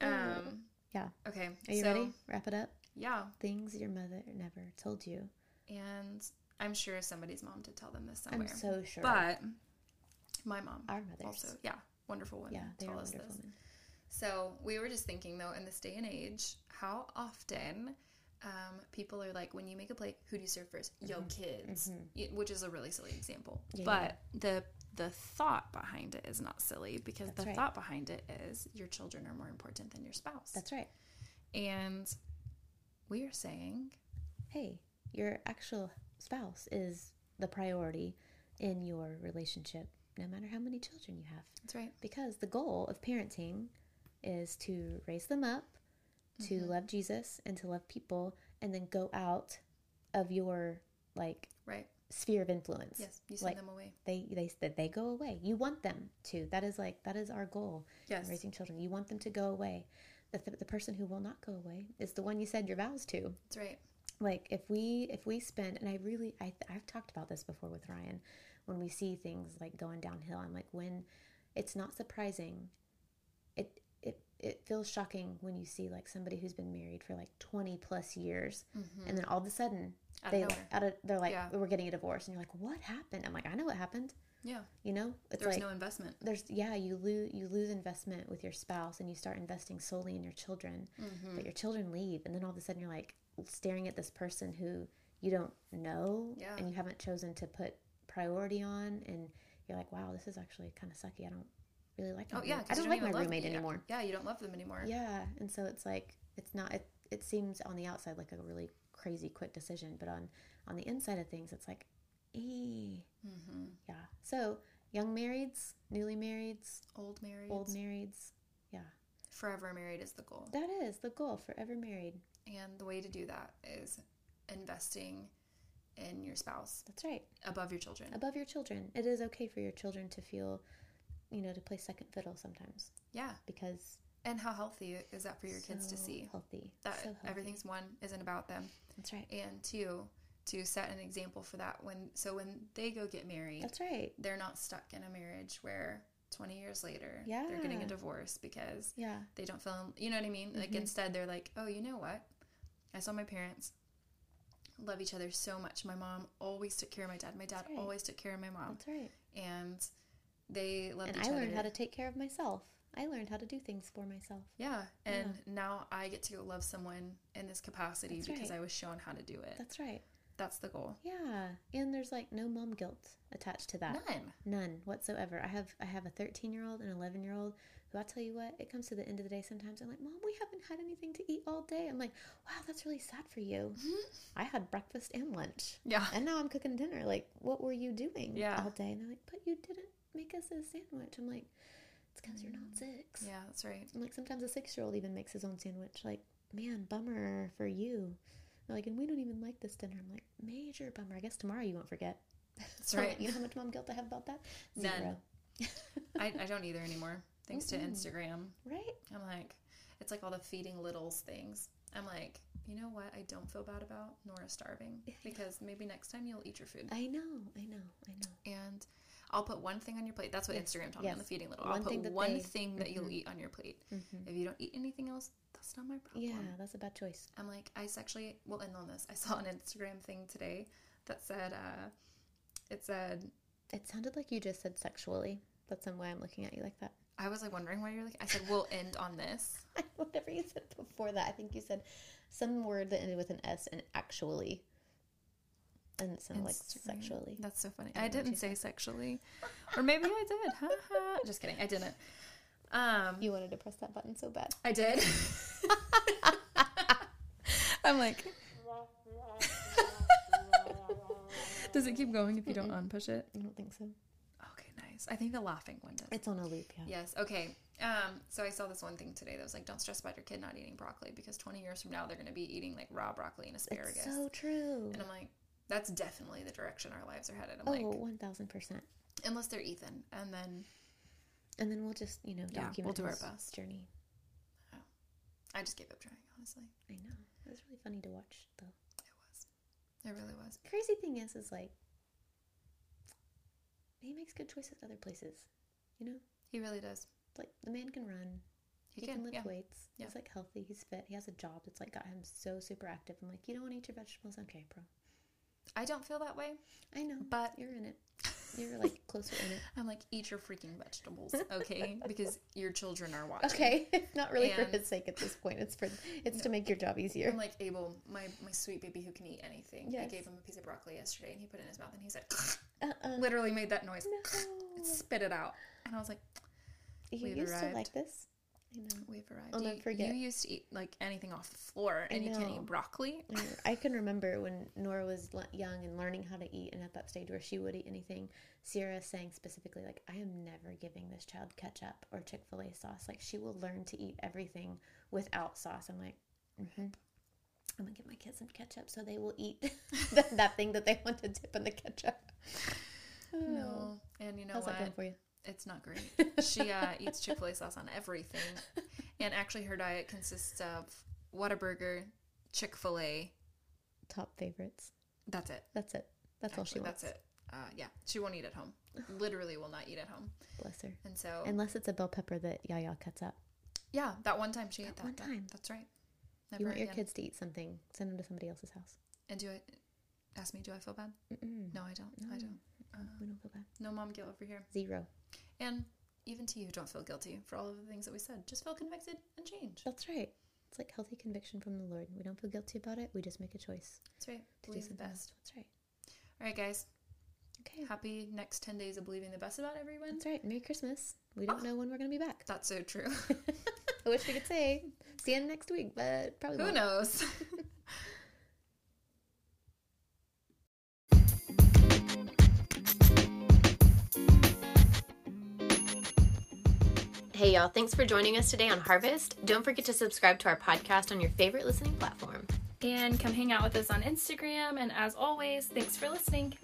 Speaker 1: Oh.
Speaker 2: Um
Speaker 1: Yeah.
Speaker 2: Okay.
Speaker 1: Are you
Speaker 2: so,
Speaker 1: ready? Wrap it up.
Speaker 2: Yeah.
Speaker 1: Things your mother never told you.
Speaker 2: And I'm sure somebody's mom did tell them this somewhere.
Speaker 1: I'm so sure.
Speaker 2: But my mom
Speaker 1: our mothers.
Speaker 2: also yeah, wonderful women
Speaker 1: yeah, they are
Speaker 2: tell us
Speaker 1: wonderful.
Speaker 2: this.
Speaker 1: men.
Speaker 2: So we were just thinking though, in this day and age, how often um, people are like, when you make a plate, who do you serve 1st Yo, kids,
Speaker 1: mhm.
Speaker 2: Y- which is a really silly example.
Speaker 1: Yeah,
Speaker 2: but the the thought behind it is not silly because
Speaker 1: That's
Speaker 2: the
Speaker 1: right.
Speaker 2: thought behind it is your children are more important than your spouse.
Speaker 1: That's right.
Speaker 2: and we are saying,
Speaker 1: Hey, your actual spouse is the priority in your relationship, no matter how many children you have.
Speaker 2: that's right.
Speaker 1: Because the goal of parenting is to raise them up, to
Speaker 2: Mm-hmm.
Speaker 1: love Jesus, and to love people, and then go out of your like
Speaker 2: Right.
Speaker 1: sphere of influence.
Speaker 2: Yes. You send
Speaker 1: Like-
Speaker 2: them away.
Speaker 1: They they that they go away. You want them to. That is like that is our goal.
Speaker 2: Yes.
Speaker 1: raising children. You want them to go away. The, th- the person who will not go away is the one you said your vows to.
Speaker 2: That's right.
Speaker 1: Like if we if we spend and I really I I've talked about this before with Ryan when we see things like going downhill. I'm like when it's not surprising. It it it feels shocking when you see like somebody who's been married for like 20 plus years
Speaker 2: Mm-hmm.
Speaker 1: and then all of a sudden
Speaker 2: Out
Speaker 1: they
Speaker 2: of nowhere.
Speaker 1: out of, they're like
Speaker 2: Yeah.
Speaker 1: we're getting a divorce and you're like what happened i'm like i know what happened
Speaker 2: Yeah.
Speaker 1: you know it's
Speaker 2: There's
Speaker 1: like
Speaker 2: no investment.
Speaker 1: there's yeah you lose you lose investment with your spouse and you start investing solely in your children
Speaker 2: Mm-hmm.
Speaker 1: but your children leave and then all of a sudden you're like staring at this person who you don't know
Speaker 2: Yeah.
Speaker 1: and you haven't chosen to put priority on and you're like wow this is actually kind of sucky i don't really like my
Speaker 2: Oh yeah,
Speaker 1: room-
Speaker 2: 'cause
Speaker 1: Mm-hmm. i don't
Speaker 2: you
Speaker 1: like
Speaker 2: even
Speaker 1: my
Speaker 2: love-
Speaker 1: roommate
Speaker 2: yeah,
Speaker 1: anymore
Speaker 2: Yeah, you don't love them anymore.
Speaker 1: yeah and so it's like it's not it, it seems on the outside like a really crazy quick decision but on on the inside of things it's like eh,
Speaker 2: Mm-hmm.
Speaker 1: yeah so young marrieds newly marrieds
Speaker 2: Old married,
Speaker 1: old marrieds yeah
Speaker 2: forever married is the goal,
Speaker 1: that is the goal forever married
Speaker 2: and the way to do that is investing in your spouse
Speaker 1: that's right
Speaker 2: above your children.
Speaker 1: above your children. It is okay for your children to feel, you know, to play second fiddle sometimes
Speaker 2: Yeah,
Speaker 1: because
Speaker 2: and how healthy is that for your kids to
Speaker 1: so
Speaker 2: see
Speaker 1: healthy
Speaker 2: that
Speaker 1: so healthy.
Speaker 2: everything's one isn't about them,
Speaker 1: That's right.
Speaker 2: and two to set an example for that when so when they go get married,
Speaker 1: That's right.
Speaker 2: they're not stuck in a marriage where 20 years later they're
Speaker 1: Yeah.
Speaker 2: getting a divorce because
Speaker 1: Yeah.
Speaker 2: they don't feel you know what i mean like
Speaker 1: Mhm.
Speaker 2: instead they're like oh you know what i saw my parents love each other so much my mom always took care of my dad my dad
Speaker 1: That's right.
Speaker 2: always took care of my mom
Speaker 1: That's right.
Speaker 2: and they loved
Speaker 1: And
Speaker 2: each
Speaker 1: I
Speaker 2: other
Speaker 1: learned how to take care of myself. I learned how to do things for myself.
Speaker 2: yeah and now i get to go love someone in this capacity
Speaker 1: That's
Speaker 2: because
Speaker 1: right.
Speaker 2: i was shown how to do it that's,
Speaker 1: That's right.
Speaker 2: the goal
Speaker 1: Yeah. And there's like no mom guilt attached to that.
Speaker 2: none
Speaker 1: None whatsoever. I have I have a 13 year old and 11 year old who I tell you what it comes to the end of the day sometimes I'm like mom we haven't had anything to eat all day I'm like wow that's really sad for you
Speaker 2: Mm-hmm.
Speaker 1: I had breakfast and lunch
Speaker 2: yeah
Speaker 1: and now I'm cooking dinner. Like, what were you doing
Speaker 2: Yeah.
Speaker 1: all day? And they're like, but you didn't make us a sandwich. I'm like, it's because you're not six.
Speaker 2: yeah that's right
Speaker 1: I'm like, sometimes a six year old even makes his own sandwich. Like, man, bummer for you. They're like, and we don't even like this dinner. I'm like, major bummer. I guess tomorrow you won't forget.
Speaker 2: that's
Speaker 1: I'm like,
Speaker 2: right
Speaker 1: you know how much mom guilt I have about that?
Speaker 2: None. I, I don't either anymore thanks to
Speaker 1: Mm-mm.
Speaker 2: instagram
Speaker 1: Right?
Speaker 2: i'm like it's like all the feeding littles things i'm like you know what i don't feel bad about nor is starving
Speaker 1: Yeah.
Speaker 2: because maybe next time you'll eat your food
Speaker 1: I know. I know. I know.
Speaker 2: and I'll put one thing on your plate. That's what
Speaker 1: Yes,
Speaker 2: Instagram taught me on
Speaker 1: yes.
Speaker 2: the feeding little. I'll
Speaker 1: One
Speaker 2: put
Speaker 1: thing that
Speaker 2: one
Speaker 1: they-
Speaker 2: thing that you'll
Speaker 1: Mhm.
Speaker 2: eat on your plate.
Speaker 1: hmm
Speaker 2: If you don't eat anything else, that's not my problem.
Speaker 1: Yeah, that's a bad choice.
Speaker 2: I'm like, I actually will end on this. I saw an Instagram thing today that said, uh, it said,
Speaker 1: It sounded like you just said sexually. That's why I'm looking at you like that.
Speaker 2: I was like wondering why you're like, I said, we'll end on this.
Speaker 1: Whatever you said before that, I think you said some word that ended with an S and actually. And it sounded like
Speaker 2: Instagram.
Speaker 1: sexually.
Speaker 2: That's so funny.
Speaker 1: I
Speaker 2: I
Speaker 1: don't know what
Speaker 2: didn't
Speaker 1: she
Speaker 2: say sexually, or maybe I did. Ha ha. Just kidding. I didn't. Um,
Speaker 1: You wanted to press that button so bad.
Speaker 2: I did. I'm like. does it keep going if you don't unpush it?
Speaker 1: I don't think so.
Speaker 2: Okay, nice. I think the laughing one does.
Speaker 1: It's on a loop, yeah.
Speaker 2: Yes. Okay. Um, so I saw this one thing today that was like, don't stress about your kid not eating broccoli because 20 years from now they're going to be eating like raw broccoli and asparagus.
Speaker 1: It's so true.
Speaker 2: and I'm like, that's definitely the direction our lives are headed. I'm
Speaker 1: Oh,
Speaker 2: like,
Speaker 1: 1000%.
Speaker 2: unless they're Ethan, and then
Speaker 1: And then we'll just, you know,
Speaker 2: Yeah,
Speaker 1: document
Speaker 2: we'll do our
Speaker 1: his
Speaker 2: best.
Speaker 1: journey.
Speaker 2: I just gave up trying. Honestly,
Speaker 1: I know. It was really funny to watch, though.
Speaker 2: it was. It really was.
Speaker 1: Crazy thing is, is like, he makes good choices other places. You know?
Speaker 2: He really does.
Speaker 1: Like, the man can run,
Speaker 2: He,
Speaker 1: He
Speaker 2: can,
Speaker 1: can, lift
Speaker 2: yeah.
Speaker 1: weights.
Speaker 2: Yeah.
Speaker 1: He's like healthy. He's fit. He has a job that's like got him so super active. I'm like, you don't want to eat your vegetables? Okay, bro.
Speaker 2: I don't feel that way,
Speaker 1: I know,
Speaker 2: but
Speaker 1: you're in it. You're like closer in it.
Speaker 2: I'm like, eat your freaking vegetables, okay? because your children are watching.
Speaker 1: Okay, it's not really for
Speaker 2: And-
Speaker 1: his sake at this point. It's for it's to make your job easier.
Speaker 2: I'm like Abel, my my sweet baby who can eat anything. I
Speaker 1: Yes.
Speaker 2: gave him a piece of broccoli yesterday, and he put it in his mouth, and he said,
Speaker 1: Uh uh
Speaker 2: literally made that noise,
Speaker 1: No,
Speaker 2: spit it out, and I was like,
Speaker 1: you
Speaker 2: we've
Speaker 1: used
Speaker 2: arrived.
Speaker 1: to like this. I know.
Speaker 2: we've arrived.
Speaker 1: I'll
Speaker 2: you,
Speaker 1: never forget.
Speaker 2: you used to eat like anything off the floor,
Speaker 1: I
Speaker 2: and you can't
Speaker 1: know.
Speaker 2: eat broccoli.
Speaker 1: I know. I can remember when Nora was l- young and learning how to eat and at that stage where she would eat anything, Sierra saying specifically, like, I am never giving this child ketchup or Chick fil A sauce. Like, she will learn to eat everything without sauce. I'm like, mm-hmm. I'm going to give my kids some ketchup so they will eat that, that thing that they want to dip in the ketchup. Oh.
Speaker 2: No, and you know
Speaker 1: How's that going
Speaker 2: what?
Speaker 1: for you?
Speaker 2: It's not great. She uh, eats Chick Fil A sauce on everything, and actually, her diet consists of Whataburger, Chick Fil A.
Speaker 1: Top favorites.
Speaker 2: That's it.
Speaker 1: That's it. That's all she
Speaker 2: Actually,
Speaker 1: wants.
Speaker 2: That's it. Uh, yeah, she won't eat at home. Literally, will not eat at home.
Speaker 1: Bless her.
Speaker 2: And so,
Speaker 1: Unless it's a bell pepper that Yaya cuts up.
Speaker 2: Yeah, that one time she
Speaker 3: That
Speaker 2: ate that.
Speaker 3: one
Speaker 2: that-
Speaker 3: time.
Speaker 2: That's right.
Speaker 1: you
Speaker 2: Never
Speaker 1: want your
Speaker 2: again.
Speaker 1: kids to eat something, send them to somebody else's house.
Speaker 2: And do I ask me? Do I feel bad?
Speaker 1: Mm-mm.
Speaker 2: No, I don't. I
Speaker 1: No.
Speaker 2: don't. Uh,
Speaker 1: We don't feel bad.
Speaker 2: no mom guilt over here.
Speaker 1: Zero.
Speaker 2: And even to you, don't feel guilty for all of the things that we said. Just feel convicted and change.
Speaker 1: That's right. It's like healthy conviction from the Lord. We don't feel guilty about it. We just make a choice
Speaker 2: That's right.
Speaker 1: to do
Speaker 2: Believe the
Speaker 1: something else.
Speaker 2: best.
Speaker 1: That's right.
Speaker 2: All right, guys.
Speaker 1: Okay.
Speaker 2: Happy next ten days of believing the best about everyone.
Speaker 1: That's right. Merry Christmas. We don't
Speaker 2: Oh.
Speaker 1: know when we're going to be back.
Speaker 2: That's so true.
Speaker 1: I wish we could say see you next week, but probably
Speaker 2: Who
Speaker 1: won't.
Speaker 2: knows?
Speaker 3: Hey, y'all, thanks for joining us today on Harvest. Don't forget to subscribe to our podcast on your favorite listening platform.
Speaker 4: And come hang out with us on Instagram. And as always, thanks for listening.